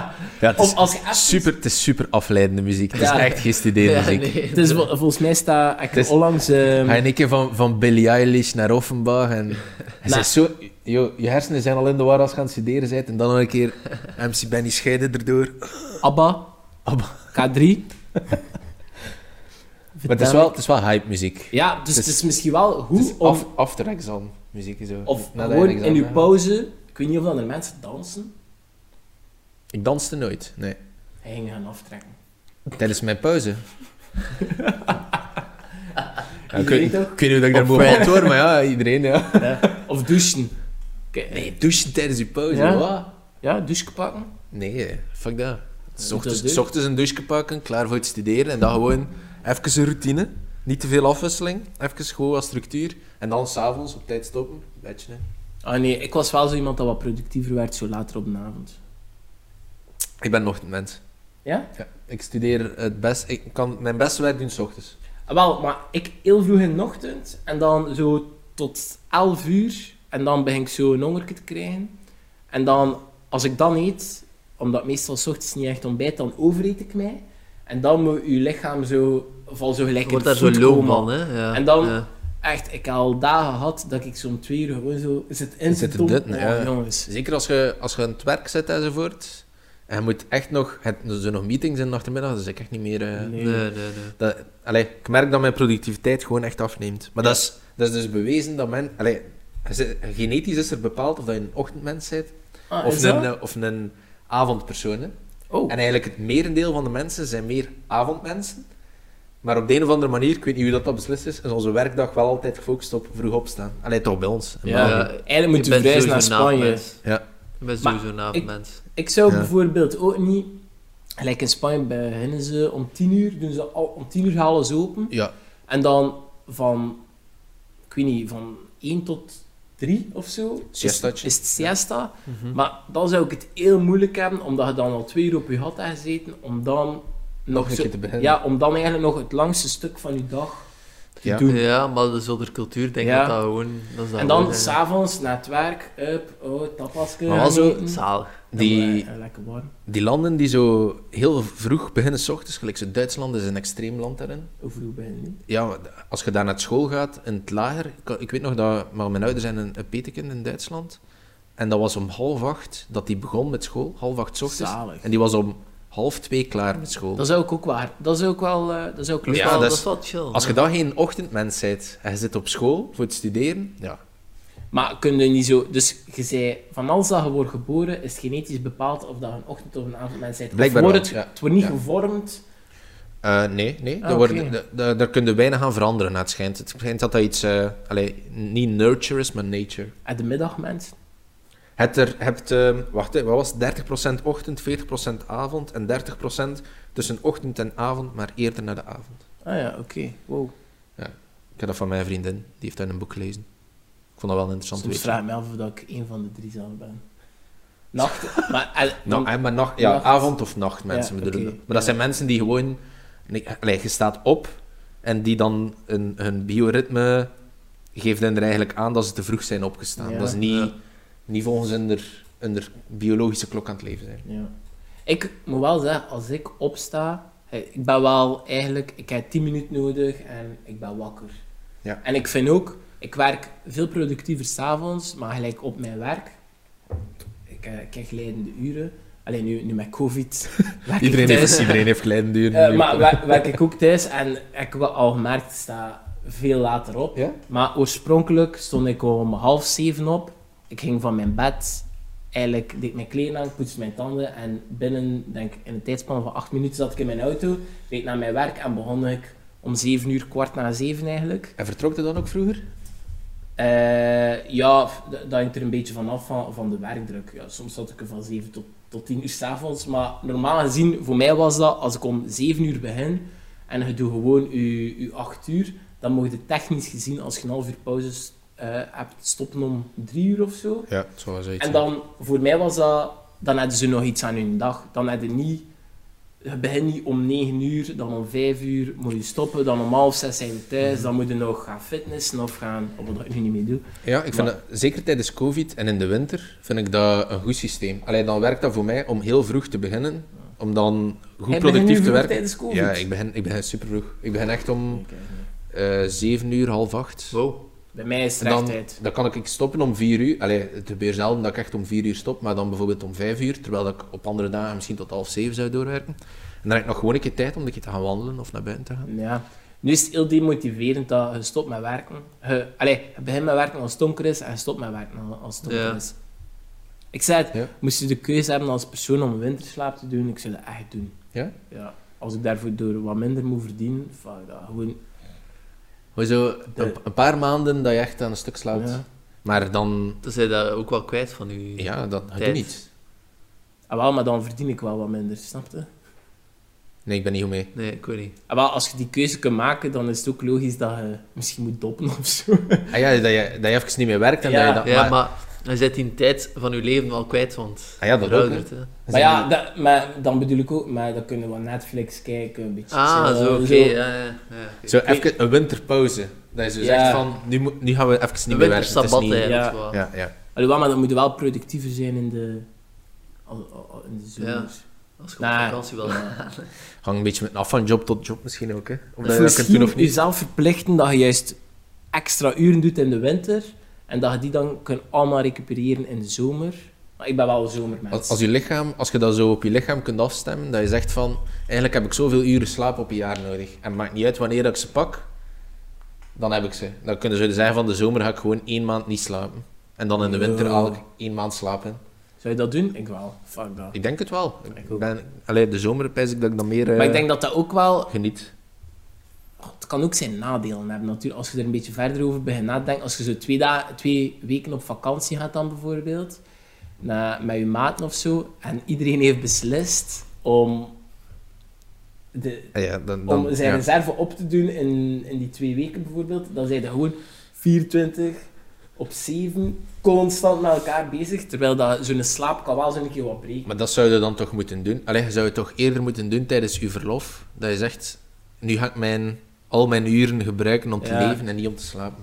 Ja, het Of is, als je echt- super, het is super afleidende muziek. Het Ja. is echt *laughs* gestudeerde muziek. nee. Het is, vol- volgens mij staat ik Het is- onlangs... ehm, Ga je een keer van, van Billie Eilish naar Offenbach en... *laughs* Hij Nou. is zo... Yo, je hersenen zijn al in de war als je aan het studeren bent en dan nog een *laughs* keer MC Benny scheiden erdoor. Abba. Abba. K3. *laughs* Maar het is wel, het is wel hype muziek. Ja, dus, het het is- is misschien wel Het goed is om... af, after exam muziek en zo. Of Nadat je gewoon een examen in uw hebt. pauze... Ik weet niet of dan er mensen dansen. Ik danste nooit, nee. Hij ging gaan aftrekken. Tijdens mijn *laughs* pauze. Ja, ik, Iedereen weet, ik toch? weet niet hoe ik daar Op moet op Friday. antwoorden, maar ja, iedereen, ja. *laughs* Ja. Of douchen. Oké, Nee, douchen tijdens je pauze, Ja? wat? Ja, douche pakken. Nee, fuck dat. S Moet dat ochtends, doen? s ochtends een douche pakken, klaar voor het studeren en dan gewoon even een routine. Niet te veel afwisseling, even gewoon wat structuur. En dan s'avonds op tijd stoppen, bedje. Hè. Ah nee, ik was wel zo iemand dat wat productiever werd zo later op de avond. Ik ben een ochtendmens. Ja? Ja, ik studeer het best. Ik kan mijn beste werk doen s ochtends. Ah, Wel, maar ik heel vroeg in de ochtend en dan zo tot 11 uur en dan begin ik zo een hongerke te krijgen. En dan, als ik dan eet, omdat ik meestal 's ochtends niet echt ontbijt, dan overeet ik mij. En dan moet je lichaam zo, val zo gelijk Je in wordt de daar zo foodcoma. low man, hè. Ja. En dan- Ja. Echt, ik heb al dagen gehad dat ik zo om twee uur gewoon zo zit in Zit te zit dutten, oh, ja. jongens. Zeker als je, als je aan het werk zit enzovoort. En je moet echt nog. Het, er zijn nog meetings in de achtermiddag, dus ik echt niet meer. eh, Nee. Nee, nee, nee. Dat, allee, ik merk dat mijn productiviteit gewoon echt afneemt. Maar dat, is, dat is dus bewezen dat men... Allee, je zit- genetisch is er bepaald of dat je een ochtendmens bent Ah, of is een, dat? eh, of een avondpersoon. hè. Oh. En eigenlijk het merendeel van de mensen zijn meer avondmensen. Maar op de een of andere manier, ik weet niet hoe dat, dat beslist is, is onze werkdag wel altijd gefocust op vroeg opstaan. Allee, toch bij ons. in Ja, België. eigenlijk moet je reizen naar Spanje. Ja. Ik ben Maar sowieso een avondmens. Ik zou Ja. bijvoorbeeld ook niet... Gelijk in Spanje beginnen ze om 10 uur, doen ze al, om 10 uur halen ze open. Ja. En dan van, ik weet niet, van 1 tot 3 of zo. is- Siestatje. Is het siesta. Mhm. Maar dan zou ik het heel moeilijk hebben, omdat je dan al twee uur op je gat hebt gezeten, om dan nog een zo- keer te beginnen. Ja, om dan eigenlijk nog het langste stuk van je dag te Ja. doen. Ja, maar dus onder cultuur denk ik Ja. dat dat gewoon... Dat is dat En dan gewoon, eh, hè. s'avonds na het werk, up, oh, tapasje. Maar wel zo gaan eten. Zalig. Die, Ja, eh, lekker warm. die landen die zo heel vroeg beginnen s ochtends, gelijk zo Duitsland is een extreem land daarin. Hoe vroeg ben je nu? Ja, maar als je daar naar school gaat, in het lager... ik- Ik weet nog dat... Maar mijn ouders zijn een, een petekind in Duitsland. En dat was om half acht dat die begon met school. Half acht 's ochtends. Zalig. En die was om half twee klaar met school. Dat zou ik ook waar. Dat zou ik wel. eh, dat zou ik Dat is Ja, wel- dat dat is- is wel chill. Als je hè. dan geen ochtendmens bent en je zit op school voor het studeren... Ja. Maar kun je niet zo. Dus je zei, van als dat je wordt geboren, is het genetisch bepaald of dat je een ochtend of een avondmens bent. Of Blijkbaar wordt wel, het, ja. het wordt niet Ja. gevormd. Eh, nee, nee. Ah, daar, worden, oké. da- da- daar kun je weinig aan veranderen, naar het schijnt. Het schijnt dat dat iets... eh allee, niet nurture is, maar nature. Uit de middagmens. Het er, hebt, ehm, wacht, hè, wat was het? 30% ochtend, 40% avond en 30% tussen ochtend en avond, maar eerder naar de avond. Ah ja, oké. Wow. Ik heb dat van mijn vriendin, die heeft dat in een boek gelezen. Ik vond dat wel interessant. Soms weet je. vraag ik me af of dat ik één van de drie zelf ben. *laughs* Nacht. maar, eh, Nou, want- hè, maar nacht, ja, Nacht. avond of nacht, mensen Ja, bedoelen. oké. Maar dat zijn mensen die gewoon... nee, allee, je staat op en die dan hun, hun bioritme geeft hen er eigenlijk aan dat ze te vroeg zijn opgestaan. Ja. Dat is niet, Ja. niet volgens hun, er- hun er biologische klok aan het leven zijn. ja. Ik moet wel zeggen, als ik opsta, eh, ik ben wel eigenlijk, ik heb 10 minuten nodig en ik ben wakker. Ja. En ik vind ook, ik werk veel productiever s'avonds, maar gelijk op mijn werk. Ik, eh, ik heb geleidende uren. Alleen nu, nu met *laughs* COVID. werk ik Iedereen thuis. heeft, iedereen heeft geleidend duur. Eh, maar wer- werk ik ook thuis en ik heb wel al gemerkt, ik sta veel later op. Ja? Maar oorspronkelijk stond ik om half zeven op. Ik ging van mijn bed. Eigenlijk deed ik mijn kleren aan, ik poetste mijn tanden. En binnen, denk ik, in een tijdspanne van acht minuten zat ik in mijn auto. Reed ik naar mijn werk en begon ik om zeven uur, kwart na zeven eigenlijk. En vertrok je dan ook vroeger? Eh, ja, f- d- dat hangt er een beetje vanaf van, van de werkdruk. Ja, soms zat ik er van zeven tot, tot tien uur s'avonds. Maar normaal gezien, voor mij was dat als ik om zeven uur begin en je doet gewoon je, je acht uur, dan mocht je technisch gezien als je een half uur pauze eh, hebt stoppen om drie uur of zo. Ja, zo was En dan, voor mij was dat, dan hadden ze nog iets aan hun dag. Dan hadden ze niet, je begint niet om 9 uur, dan om 5 uur moet je stoppen, dan om half 6 zijn we thuis, dan moet je nog gaan fitnessen of gaan, of wat ik nu niet meer doe. Ja, ik vind dat, zeker tijdens COVID en in de winter, vind ik dat een goed systeem. Alleen dan werkt dat voor mij om heel vroeg te beginnen, om dan goed Jij begint productief nu te vroeg werken. tijdens COVID. Ja, ik begin, ik begin super vroeg. Ik begin echt om Oké. eh 7 uur, half 8. Wow. Bij mij is het En Dan, recht uit. dan kan ik stoppen om 4 uur. Allee, het gebeurt zelden dat ik echt om 4 uur stop, maar dan bijvoorbeeld om 5 uur, terwijl ik op andere dagen misschien tot half 7 zou doorwerken. En dan heb ik nog gewoon een keer tijd om een keer te gaan wandelen of naar buiten te gaan. Ja. Nu is het heel demotiverend dat je stopt met werken. Je, allee, je begint met werken als het donker is en je stopt met werken al- als het donker Ja. is. Ik zei het, Ja. moest je de keuze hebben als persoon om winterslaap te doen, ik zou dat echt doen. Ja? Ja. Als ik daarvoor door wat minder moet verdienen, fuck dat, gewoon... Gewoon zo een, een paar maanden dat je echt aan een stuk slaapt. Ja. Maar dan, Dan zijn dat ook wel kwijt van u. ja, dat dat doe je Tijd. niet. Ah, wel, maar dan verdien ik wel wat minder, snap je? Nee, ik ben niet goed mee. Nee, ik weet niet. Ah, wel, als je die keuze kunt maken, dan is het ook logisch dat je misschien moet doppen of zo. *laughs* Ah ja, dat je, dat je even niet meer werkt en Ja. dat je dat... Ja, maar dan zit die tijd van uw leven wel kwijt, want Ah ja, dat ook. hè. verouderd, hè. Maar ja, dat, maar dan bedoel ik ook, maar dan kunnen we Netflix kijken, een beetje Ah, chillen, zo, oké. ja, ja, ja, oké. Zo even een winterpauze. Dat je zo Ja. zegt van, nu, moet- nu gaan we even niet Een meer werken. Het is wintersabat niet- eigenlijk Ja. wel. Ja, ja. Alhoewel, maar dan moet je wel productiever zijn in de, al- al- al- in de zomer. Ja. Als je op Nee. vakantie wil. Hang een beetje met af van job tot job misschien ook, hè. Of dat je dat kunt Misschien doen of niet. jezelf verplichten dat je juist extra uren doet in de winter en dat je die dan kunt allemaal recupereren in de zomer. Maar ik ben wel een zomermens. Als, als je lichaam, als je dat zo op je lichaam kunt afstemmen, dat je zegt van, eigenlijk heb ik zoveel uren slaap op een jaar nodig. En het maakt niet uit wanneer dat ik ze pak, dan heb ik ze. Dan kunnen ze dus zeggen van, de zomer ga ik gewoon één maand niet slapen. En dan in de winter Ja. haal ik één maand slapen. Zou je dat doen? Ik wel. Fuck dat. Ik denk het wel. Ik Ik ook. ben, allee, de zomer pijs ik dat ik dan meer eh, Maar ik denk dat dat ook wel... geniet. Het kan ook zijn nadelen hebben natuurlijk. Als je er een beetje verder over begint na te denken. Als je zo twee, dagen, twee weken op vakantie gaat dan bijvoorbeeld. na- met je maten of zo. En iedereen heeft beslist om... De, Ah Ja, dan, dan, om zijn ja. reserve op te doen in, in die twee weken bijvoorbeeld, dan zijn ze gewoon 24 op 7 constant met elkaar bezig. Terwijl dat zo'n slaap kan wel zo'n keer wat breken. Maar dat zou je dan toch moeten doen? Allee, je zou het toch eerder moeten doen tijdens je verlof? Dat je zegt, nu ga ik mijn, al mijn uren gebruiken om te Ja. leven en niet om te slapen.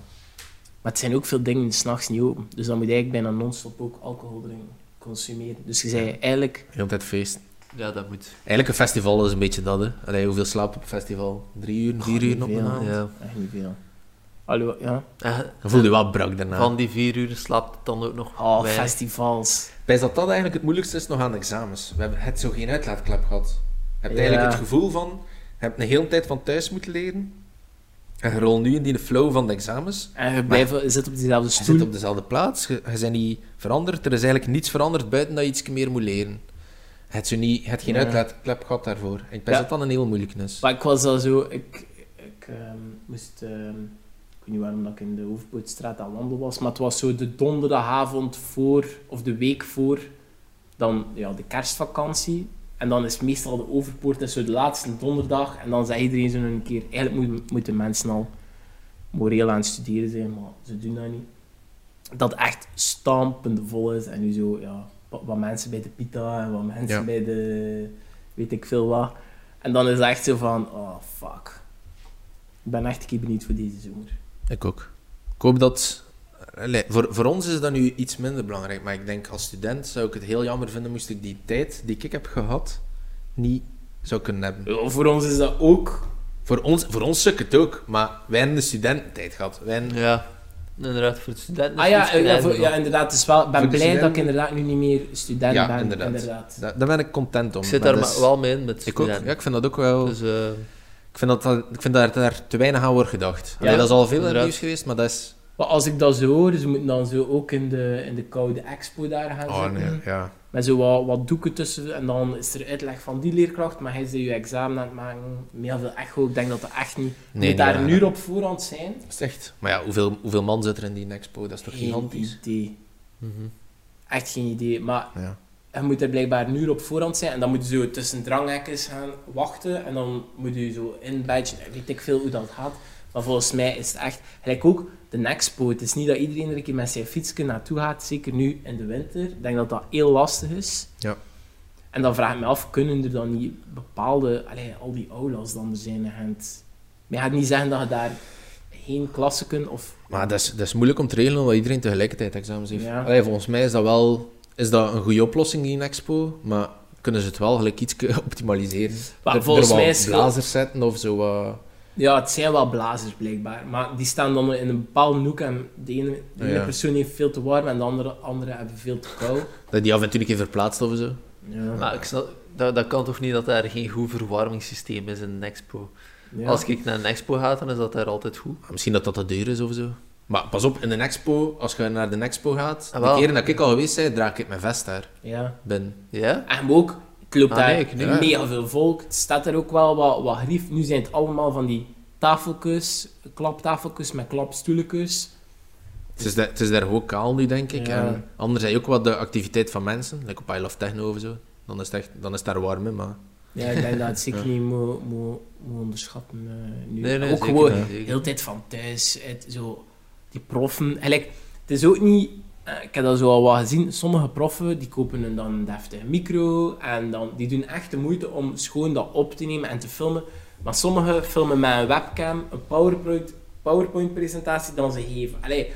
Maar het zijn ook veel dingen die s'nachts niet open. Dus dan moet je eigenlijk bijna non-stop ook alcohol drinken, consumeren. Dus je zei eigenlijk, Heel tijd feest. Ja, dat moet. Eigenlijk een festival is een beetje dat, hè. Allee, hoeveel slaap op een festival? Drie uur, vier niet uur op een veel, avond? Ja. echt niet veel. Hallo, ja. En Dan voel je wel brak daarna. van die vier uur slaapt het dan ook nog Oh, weinig. festivals. Bij dat dat eigenlijk het moeilijkste is nog aan de examens. We hebben het zo geen uitlaatklep gehad. Je hebt Ja. eigenlijk het gevoel van, je hebt een hele tijd van thuis moeten leren. En je rolt nu in die flow van de examens. En je blijft, je zit op diezelfde Je stoel. zit op dezelfde plaats, je, je bent niet veranderd. Er is eigenlijk niets veranderd buiten dat je iets meer moet leren. Je hebt, zo niet, je hebt geen Ja. uitlaatklep gehad daarvoor. Ik ben Ja. dat dan een heel moeilijk is. Maar ik was al zo, ik, ik ehm, moest, ehm, ik weet weet niet waarom dat ik in de Overpoortstraat aan wandel was, maar het was zo de donderdagavond voor, of de week voor, dan ja, de kerstvakantie. En dan is meestal de Overpoort dat is zo de laatste donderdag. En dan zegt iedereen zo een keer, eigenlijk moet- moeten mensen al moreel aan het studeren zijn, maar ze doen dat niet. Dat echt stampend vol is. En nu zo, ja, wat wat mensen bij de pita en wat mensen Ja. bij de weet ik veel wat. En dan is het echt zo van, oh fuck. Ik ben echt een keer benieuwd voor deze zomer. Ik ook. Ik hoop dat... Allee, voor, voor ons is dat nu iets minder belangrijk, maar ik denk als student zou ik het heel jammer vinden moest ik die tijd die ik heb gehad niet zou kunnen hebben. Ja, Voor ons is dat ook. Voor ons, voor ons suk het ook, maar wij hebben de studententijd gehad. Wij hebben- Ja, inderdaad, voor de studenten. is Ah het ja, iets eh, ja, kleiner voor- dan. ja inderdaad. Het is wel, ik ben Voor de blij dat ik studenten- inderdaad nu niet meer student Ja, ben. inderdaad. inderdaad. da- daar ben ik content om. ik zit maar daar dat is- maar wel mee in met Ik ook. studenten. Ja, ik vind dat ook wel... Dus, eh, Ik vind dat, dat- ik vind dat daar te weinig aan wordt gedacht. Allee, dat is al veel in het inderdaad. nieuws geweest, maar dat is... Maar als ik dat zo hoor, ze moeten dan zo ook in de, in de koude expo daar gaan Ah, zitten. ja. Met zo wat, wat doeken tussen. En dan is er uitleg van die leerkracht, maar hij is je examen aan het maken. Met heel veel echo. Ik denk dat dat echt niet... Nee, moet daar niet een waar. uur op voorhand zijn. Dat is echt... Maar ja, hoeveel, hoeveel man zit er in die expo? Dat is toch Geen gigantisch? idee. mhm. Echt geen idee. Maar Ja. je moet er blijkbaar een uur op voorhand zijn. En dan moet je zo tussen dranghekjes gaan wachten. En dan moet je zo inbadgen. Weet ik veel hoe dat gaat. Maar volgens mij is het echt... Gelijk ook de E expo. Het is niet dat iedereen er een keer met zijn fietsje naartoe gaat. Zeker nu in de winter. Ik denk dat dat heel lastig is. Ja. En dan vraag ik me af, kunnen er dan niet bepaalde... Allee, al die aulas dan er zijn in Gent? Maar je gaat niet zeggen dat je daar geen klassen kunt of... Maar dat is, dat is moeilijk om te regelen, omdat iedereen tegelijkertijd examens heeft. Ja. Allee, volgens mij is dat wel is dat een goede oplossing, die expo. Maar kunnen ze het wel gelijk iets *laughs* optimaliseren? Maar Er- volgens er wat mij is het- blazers zetten of zo. eh, Ja, het zijn wel blazers blijkbaar, maar die staan dan in een bepaalde hoek en de ene, de ene Ja. persoon heeft veel te warm en de andere, andere hebben veel te koud. dat die af en toe een keer verplaatst of zo. Ja. Maar ik snap, dat, dat kan toch niet dat er geen goed verwarmingssysteem is in een expo? Ja. Als ik naar een expo ga, dan is dat daar altijd goed. Maar Misschien dat dat te duur is of zo. Maar pas op, in een expo, als je naar de expo gaat, Ah, de wel. keren dat ik al geweest ben, draag ik mijn vest daar ja. binnen. Ja? En ook, het loopt Ah, daar nee, ik niet. mega veel volk, het staat er ook wel wat, wat grief. Nu zijn het allemaal van die tafeltjes, klaptafeltjes met klapstoelekes. Het is, daar- het is daar ook kaal nu, denk ik. Ja. En anders heb je ook wat de activiteit van mensen, like op I Love Techno of zo. Dan is het, echt, dan is het daar warm in, maar... Ja, ik denk dat het zeker niet moet moet- moet onderschatten eh, nu. Nee, nee, ook zeker gewoon, niet, de zeker. hele tijd van thuis, uit, zo, die proffen. Eigenlijk, het is ook niet... eh, ik heb dat zo al wat gezien. Sommige proffen, die kopen een dan een deftige micro. En dan, die doen echt de moeite om schoon dat op te nemen en te filmen. Maar sommigen filmen met een webcam, een PowerPoint, PowerPoint-presentatie dan ze geven. Allee,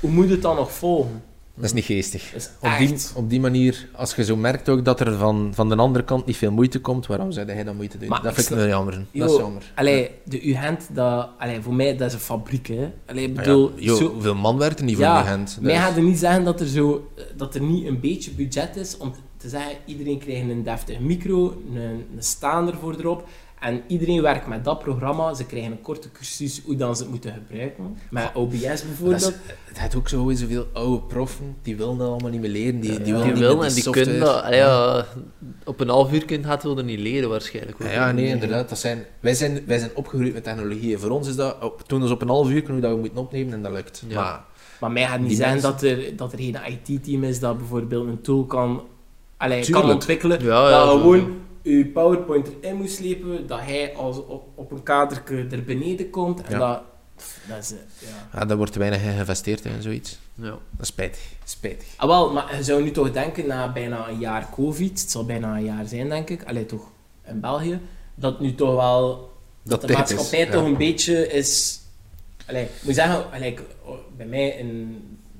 hoe moet het dan nog volgen? Dat is niet geestig. Dat is Op die, echt... op die manier, als je zo merkt ook dat er van, van de andere kant niet veel moeite komt, waarom zou jij dan moeite doen? Maar dat ik vind ik snap- wel jammer. Yo, dat is jammer. Allee, de UGent, dat, allee, voor mij, dat is een fabriek, hè. Allee, ik Ah ja, bedoel... yo, zo- hoeveel man werkt er niet voor Ja, die hand? Mij gaat er niet zeggen dat er, zo, eh, dat er niet een beetje budget is om te zeggen, iedereen krijgt een deftig micro, een, een staander voor erop. En iedereen werkt met dat programma. Ze krijgen een korte cursus hoe dan ze het moeten gebruiken. Met OBS Ah, dat bijvoorbeeld. is, het heeft ook zo zoveel oude proffen, die willen dat allemaal niet meer leren. Die, die willen Die niet wil met en die software. kunnen dat. Ah ja, op een half uur kind gaat wil er niet leren waarschijnlijk. hoor. Ja, ja, nee, inderdaad. Dat zijn, wij, zijn, wij zijn opgegroeid met technologie. Voor ons is dat, op, toen ons op een half uur kunnen we dat we moeten opnemen en dat lukt. Ja. Maar Maar mij gaat Die niet zeggen mensen- dat er, dat er geen IT-team is dat bijvoorbeeld een tool kan, allee, kan Tuurlijk. ontwikkelen. Ja, ja, dat je zo. gewoon je PowerPoint erin moet slepen, dat hij als, op, op een kaderke er beneden komt. En Ja. dat, pff, dat is... eh, Ja. ja, daar wordt te weinig in geïnvesteerd hè, in zoiets. Ja. Dat is spijtig. Spijtig. Ah, wel, maar je zou nu toch denken, na bijna een jaar COVID, het zal bijna een jaar zijn, denk ik, allee, toch in België, dat nu toch wel dat, Dat de tijd is, maatschappij ja. toch een beetje is... Allee, ik moet zeggen, gelijk, oh, bij, mij in,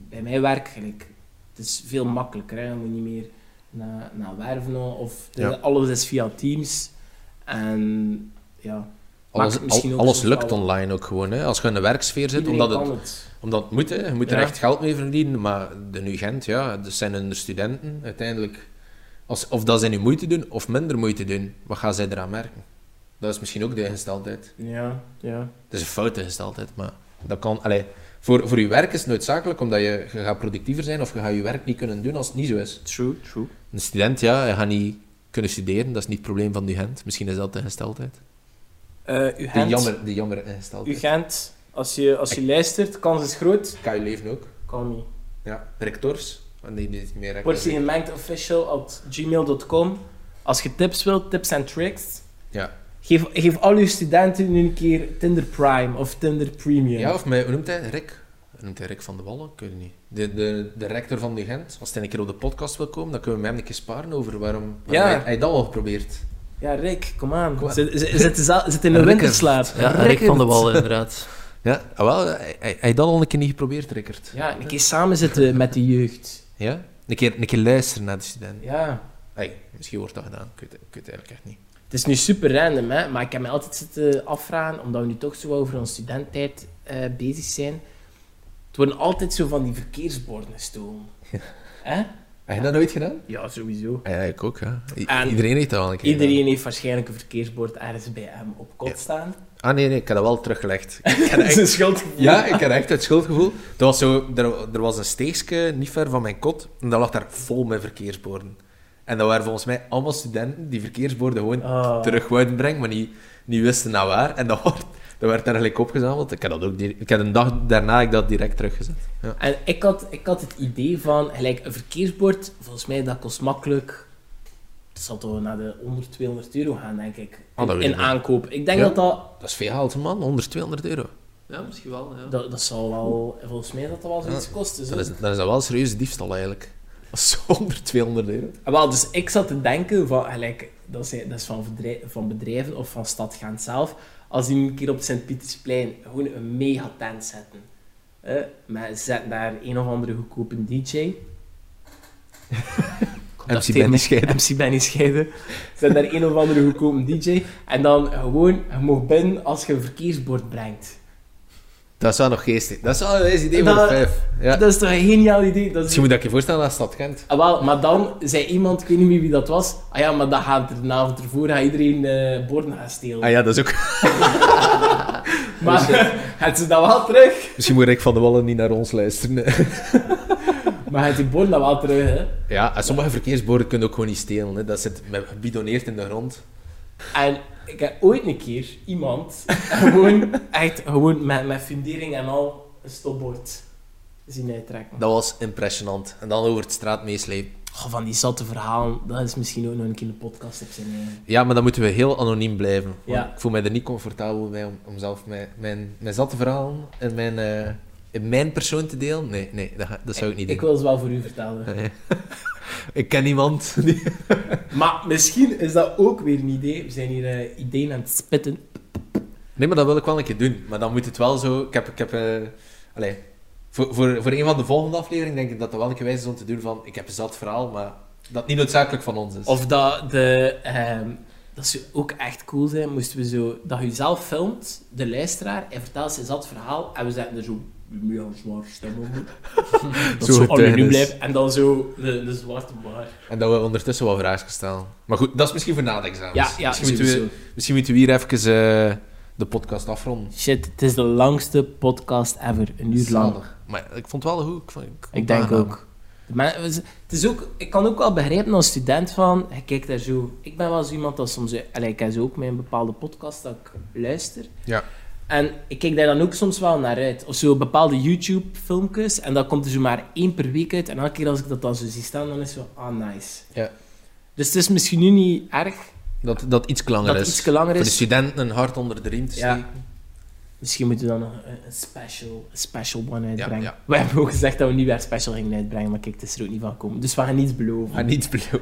bij mijn werk, gelijk, het is veel makkelijker. Hè? Je moet niet meer naar, naar werven of... de- Ja. Alles is via Teams. En ja, Alles, Maakt misschien al- ook alles zo'n lukt bepaalde- online ook gewoon. Hè. Als je in de werksfeer zit, iedereen omdat het, kan het. Omdat het moet, hè. je moet er Ja. echt geld mee verdienen. Maar de UGent, ja, dat zijn hun studenten uiteindelijk. Als, of dat zij nu moeite doen of minder moeite doen, wat gaan zij eraan merken? Dat is misschien ook de ingesteldheid. Ja, ja. Het is een foute ingesteldheid, maar dat kan. Allee, voor, voor je werk is het noodzakelijk, omdat je, je gaat productiever zijn of je gaat je werk niet kunnen doen als het niet zo is. True, true. Een student, ja, je gaat niet kunnen studeren, dat is niet het probleem van de UGent. Misschien is dat de ingesteldheid. Eh, uw Die Gent, jammer, die jammer uw ingesteldheid. Gent, Als je, als je luistert, kans is groot. Kan je leven ook. Call me. Ja. Rectors. Want die die is niet meer Wordt je rectors. gemengd official at gmail.com. Als je tips wilt, tips en tricks. Ja. Geef, geef al je studenten nu een keer Tinder Prime of Tinder Premium. Ja, of mij, hoe noemt hij? Rick. Hoe Noemt hij Rick van de Wallen? Ik weet het niet. De, de, de rector van de Gent. Als hij een keer op de podcast wil komen, dan kunnen we met hem een keer sparen over waarom, waarom Ja. hij, hij dat al geprobeerd. Ja, Rick, kom aan. Kom aan. Zit, zit- zit, za- zit in een Rickert. winterslaap. Ja, Rick van de Wallen, inderdaad. Ja, ah, wel, hij, hij, hij dat al een keer niet geprobeerd, Rickert. Ja, een keer samen zitten met de jeugd. Ja? Een keer, een keer luisteren naar de studenten. Ja. Hey, misschien wordt dat gedaan. Ik weet, het- ik weet het eigenlijk echt niet. Het is nu super random, hè? maar ik heb me altijd zitten afvragen, omdat we nu toch zo over onze studententijd eh, bezig zijn. Het worden altijd zo van die verkeersborden gestolen. Hè? Heb je dat nooit gedaan? Ja, sowieso. Ja, ik ook, ja. I- En- iedereen heeft dat al een keer Iedereen heeft waarschijnlijk een verkeersbord ergens bij hem op kot Ja. *laughs* staan. gedaan. Ah nee, nee, ik heb dat wel teruggelegd. Ik *laughs* heb Dat *laughs* is echt- een schuldgevoel. ja, ik heb echt het schuldgevoel. Dat was zo, er, er was een steegje niet ver van mijn kot en dat lag daar vol met verkeersborden. En dat waren volgens mij allemaal studenten die verkeersborden gewoon Ah. terug wouden brengen, maar niet, niet wisten naar waar. En dat, wordt- dat werd daar gelijk opgezameld. Ik heb dat ook direct- ik heb een dag daarna ik dat direct teruggezet. Ja. En ik had, ik had het idee van, gelijk, een verkeersbord, volgens mij dat kost makkelijk... Het zal toch naar de 100, 200 euro gaan, denk ik. Ah, dat weet in ik niet. aankoop. Ik denk Ja. dat dat Dat is veel geld, man. 100, 200 euro. Ja, misschien wel. Ja. Dat, dat zal wel, volgens mij dat dat wel zoiets kost. Dus, Dat is, dat is wel een serieuze diefstal eigenlijk. Dat is 100, 200 euro. Ah, wel, dus ik zat te denken van, gelijk, dat is, dat is van, verdrij- van bedrijven of van stad gaan zelf, als die een keer op het Sint-Pietersplein gewoon een mega tent zetten. Eh, maar zet daar een of andere goedkope DJ, MC Benny scheiden. MC Benny Scheiden, zet daar een of andere goedkope DJ, en dan gewoon, je mag binnen als je een verkeersbord brengt. Dat is wel nog geestig. Dat is wel een idee voor Dat- de vijf. Ja. Dat is toch een geniaal idee? Dat is Dus je moet dat je voorstellen dat Stad Gent. Ah, wel, maar dan zei iemand, ik weet niet meer wie dat was, ah ja, maar dan gaat er de avond ervoor gaat iedereen eh borden gaan stelen. Ah ja, dat is ook... Maar *laughs* het ze dat wel terug? Misschien moet Rick van de Wallen niet naar ons luisteren. Maar het die borden dan wel terug, hè? Ja, en sommige verkeersborden kunnen ook gewoon niet stelen. Hè. Dat zit met- gebidoneerd in de grond. En ik heb ooit een keer iemand gewoon, echt, gewoon met, met fundering en al, een stopbord zien uittrekken. Dat was impressionant. En dan over het straat meeslepen. Goh, van die zatte verhalen, dat is misschien ook nog een keer een podcast op zijn eh, eigen. Ja, maar dan moeten we heel anoniem blijven. Want Ja. Ik voel mij er niet comfortabel bij om, om zelf mijn, mijn, mijn zatte verhalen en mijn, eh, in mijn persoon te delen. Nee, nee dat, ga- dat zou ik niet doen. Ik wil ze wel voor u vertellen. Nee. *laughs* ik ken niemand. die- Maar misschien is dat ook weer een idee. We zijn hier eh, ideeën aan het spitten. Nee, maar dat wil ik wel een keer doen. Maar dan moet het wel zo... Ik heb... Ik heb eh, allee, voor, voor, voor een van de volgende afleveringen denk ik dat dat wel een keer wijs is om te doen van... Ik heb een zat verhaal, maar dat niet noodzakelijk van ons is. Of dat de... ehm, dat ze ook echt cool zijn, moesten we zo... Dat je zelf filmt, de luisteraar, en vertelt zijn zat verhaal, en we zetten er zo een mega zwaar stem onder. dat zo Zo anoniem getuigenis. blijft, en dan zo de, de zwarte bar. En dat we ondertussen wel vragen stellen. Maar goed, dat is misschien voor na de examens. Ja, ja, misschien, moeten sowieso. we, misschien moeten we hier even eh, de podcast afronden. Shit, het is de langste podcast ever. Een uur lang. Zalig. Maar ik vond het wel goed. Ik, vond- ik vond Ik het denk aangenaam. ook. Maar we z- het is ook, ik kan ook wel begrijpen als student van, je kijkt daar zo... Ik ben wel zo iemand dat soms... Allee, ik heb zo ook mijn bepaalde podcast dat ik luister. Ja. En ik kijk daar dan ook soms wel naar uit. Of zo bepaalde YouTube-filmpjes. En dan komt er zo maar één per week uit. En elke keer als ik dat dan zo zie staan, dan is het zo, ah, nice. Ja. Dus het is misschien nu niet erg Dat, dat iets langer dat is. het iets langer Voor de is. studenten een hart onder de riem te Ja. steken. Misschien moeten we dan nog een, een special, een special one uitbrengen. ja. We hebben ook gezegd dat we niet weer special gingen uitbrengen, maar kijk, het is er ook niet van gekomen. Dus we gaan niets beloven. Maar niet beloven.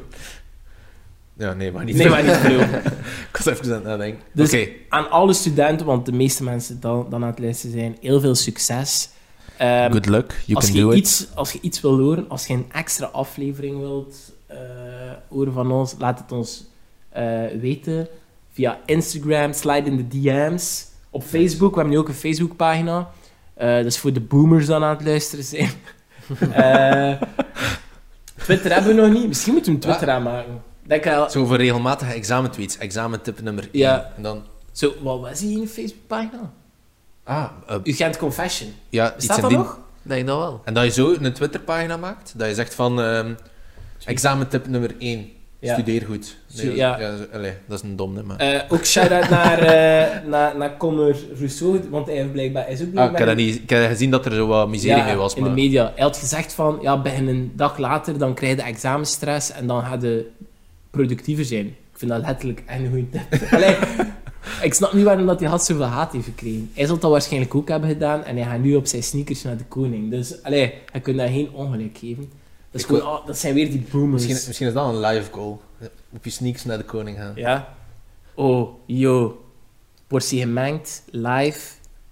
Ja, nee, maar niet nee, maar niet beloven. *laughs* *laughs* Ik was even aan het nadenken. Dus- Oké, Aan alle studenten, want de meeste mensen dan, dan aan het luisteren zijn, heel veel succes. Ehm, good luck. You als, can je do it. iets, als je iets wil horen, als je een extra aflevering wilt eh, horen van ons, laat het ons eh, weten. Via Instagram, slide in de DM's. Op Facebook, we hebben nu ook een Facebookpagina. Eh dat is voor de boomers dan aan het luisteren zijn. *laughs* Eh, Twitter hebben we nog niet. Misschien moeten we een Twitter aanmaken. Denk wel, Zo voor regelmatige examentweets. Examentip nummer 1. Ja. En dan... zo, wat was die in de Facebookpagina? Ah, eh, Gent Confession. ja, iets Bestaat in dat die... nog? Ik Denk dat wel. En dat je zo een Twitterpagina maakt, dat je zegt van... ehm examentip nummer 1. Ja. Studeer goed. Stu- dat- ja. zo- allee, dat is een domne, maar... Eh, ook shout-out naar, eh naar, naar Conor Rousseau, want hij heeft blijkbaar, hij is ook ah, ik, blijkbaar... heb dat niet, ik heb gezien dat er zo wat miserie Ja, mee was, in de maar... media. Hij had gezegd van, ja, begin een dag later, dan krijg je examenstress en dan ga je productiever zijn. Ik vind dat letterlijk echt een goede tip. *laughs* Allee, ik snap niet waarom dat hij had zoveel haat heeft gekregen. Hij zal dat waarschijnlijk ook hebben gedaan en hij gaat nu op zijn sneakers naar de koning. Dus, allee, hij kunt daar geen ongelijk geven. Dat, is Ik gewoon, ah, dat zijn weer die boomers. misschien, misschien is dat een live goal. Op je sneaks naar de koning gaan. Ja. Oh, yo. Portie gemengd, live,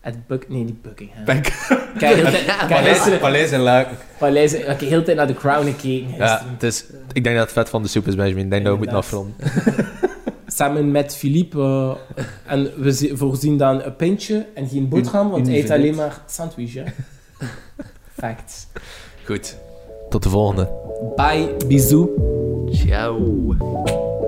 at Buck... Nee, niet Buckingham. Dank. *laughs* Kijk, heel tijd- kijk, gisteren- Paleis en Luik. Paleis... Ik heb heel tijd naar de crown gekeken Ja, gisteren. het is, ik denk dat het vet van de soep is, Benjamin. Ik denk dat we moeten Inderdaad. afronden. Samen met Philippe. eh, en we zi- voorzien dan een pintje en geen boterham, want hij eet Individueel. alleen maar sandwich, hè. Facts. Goed. Tot de volgende. Bye, bisous. Ciao.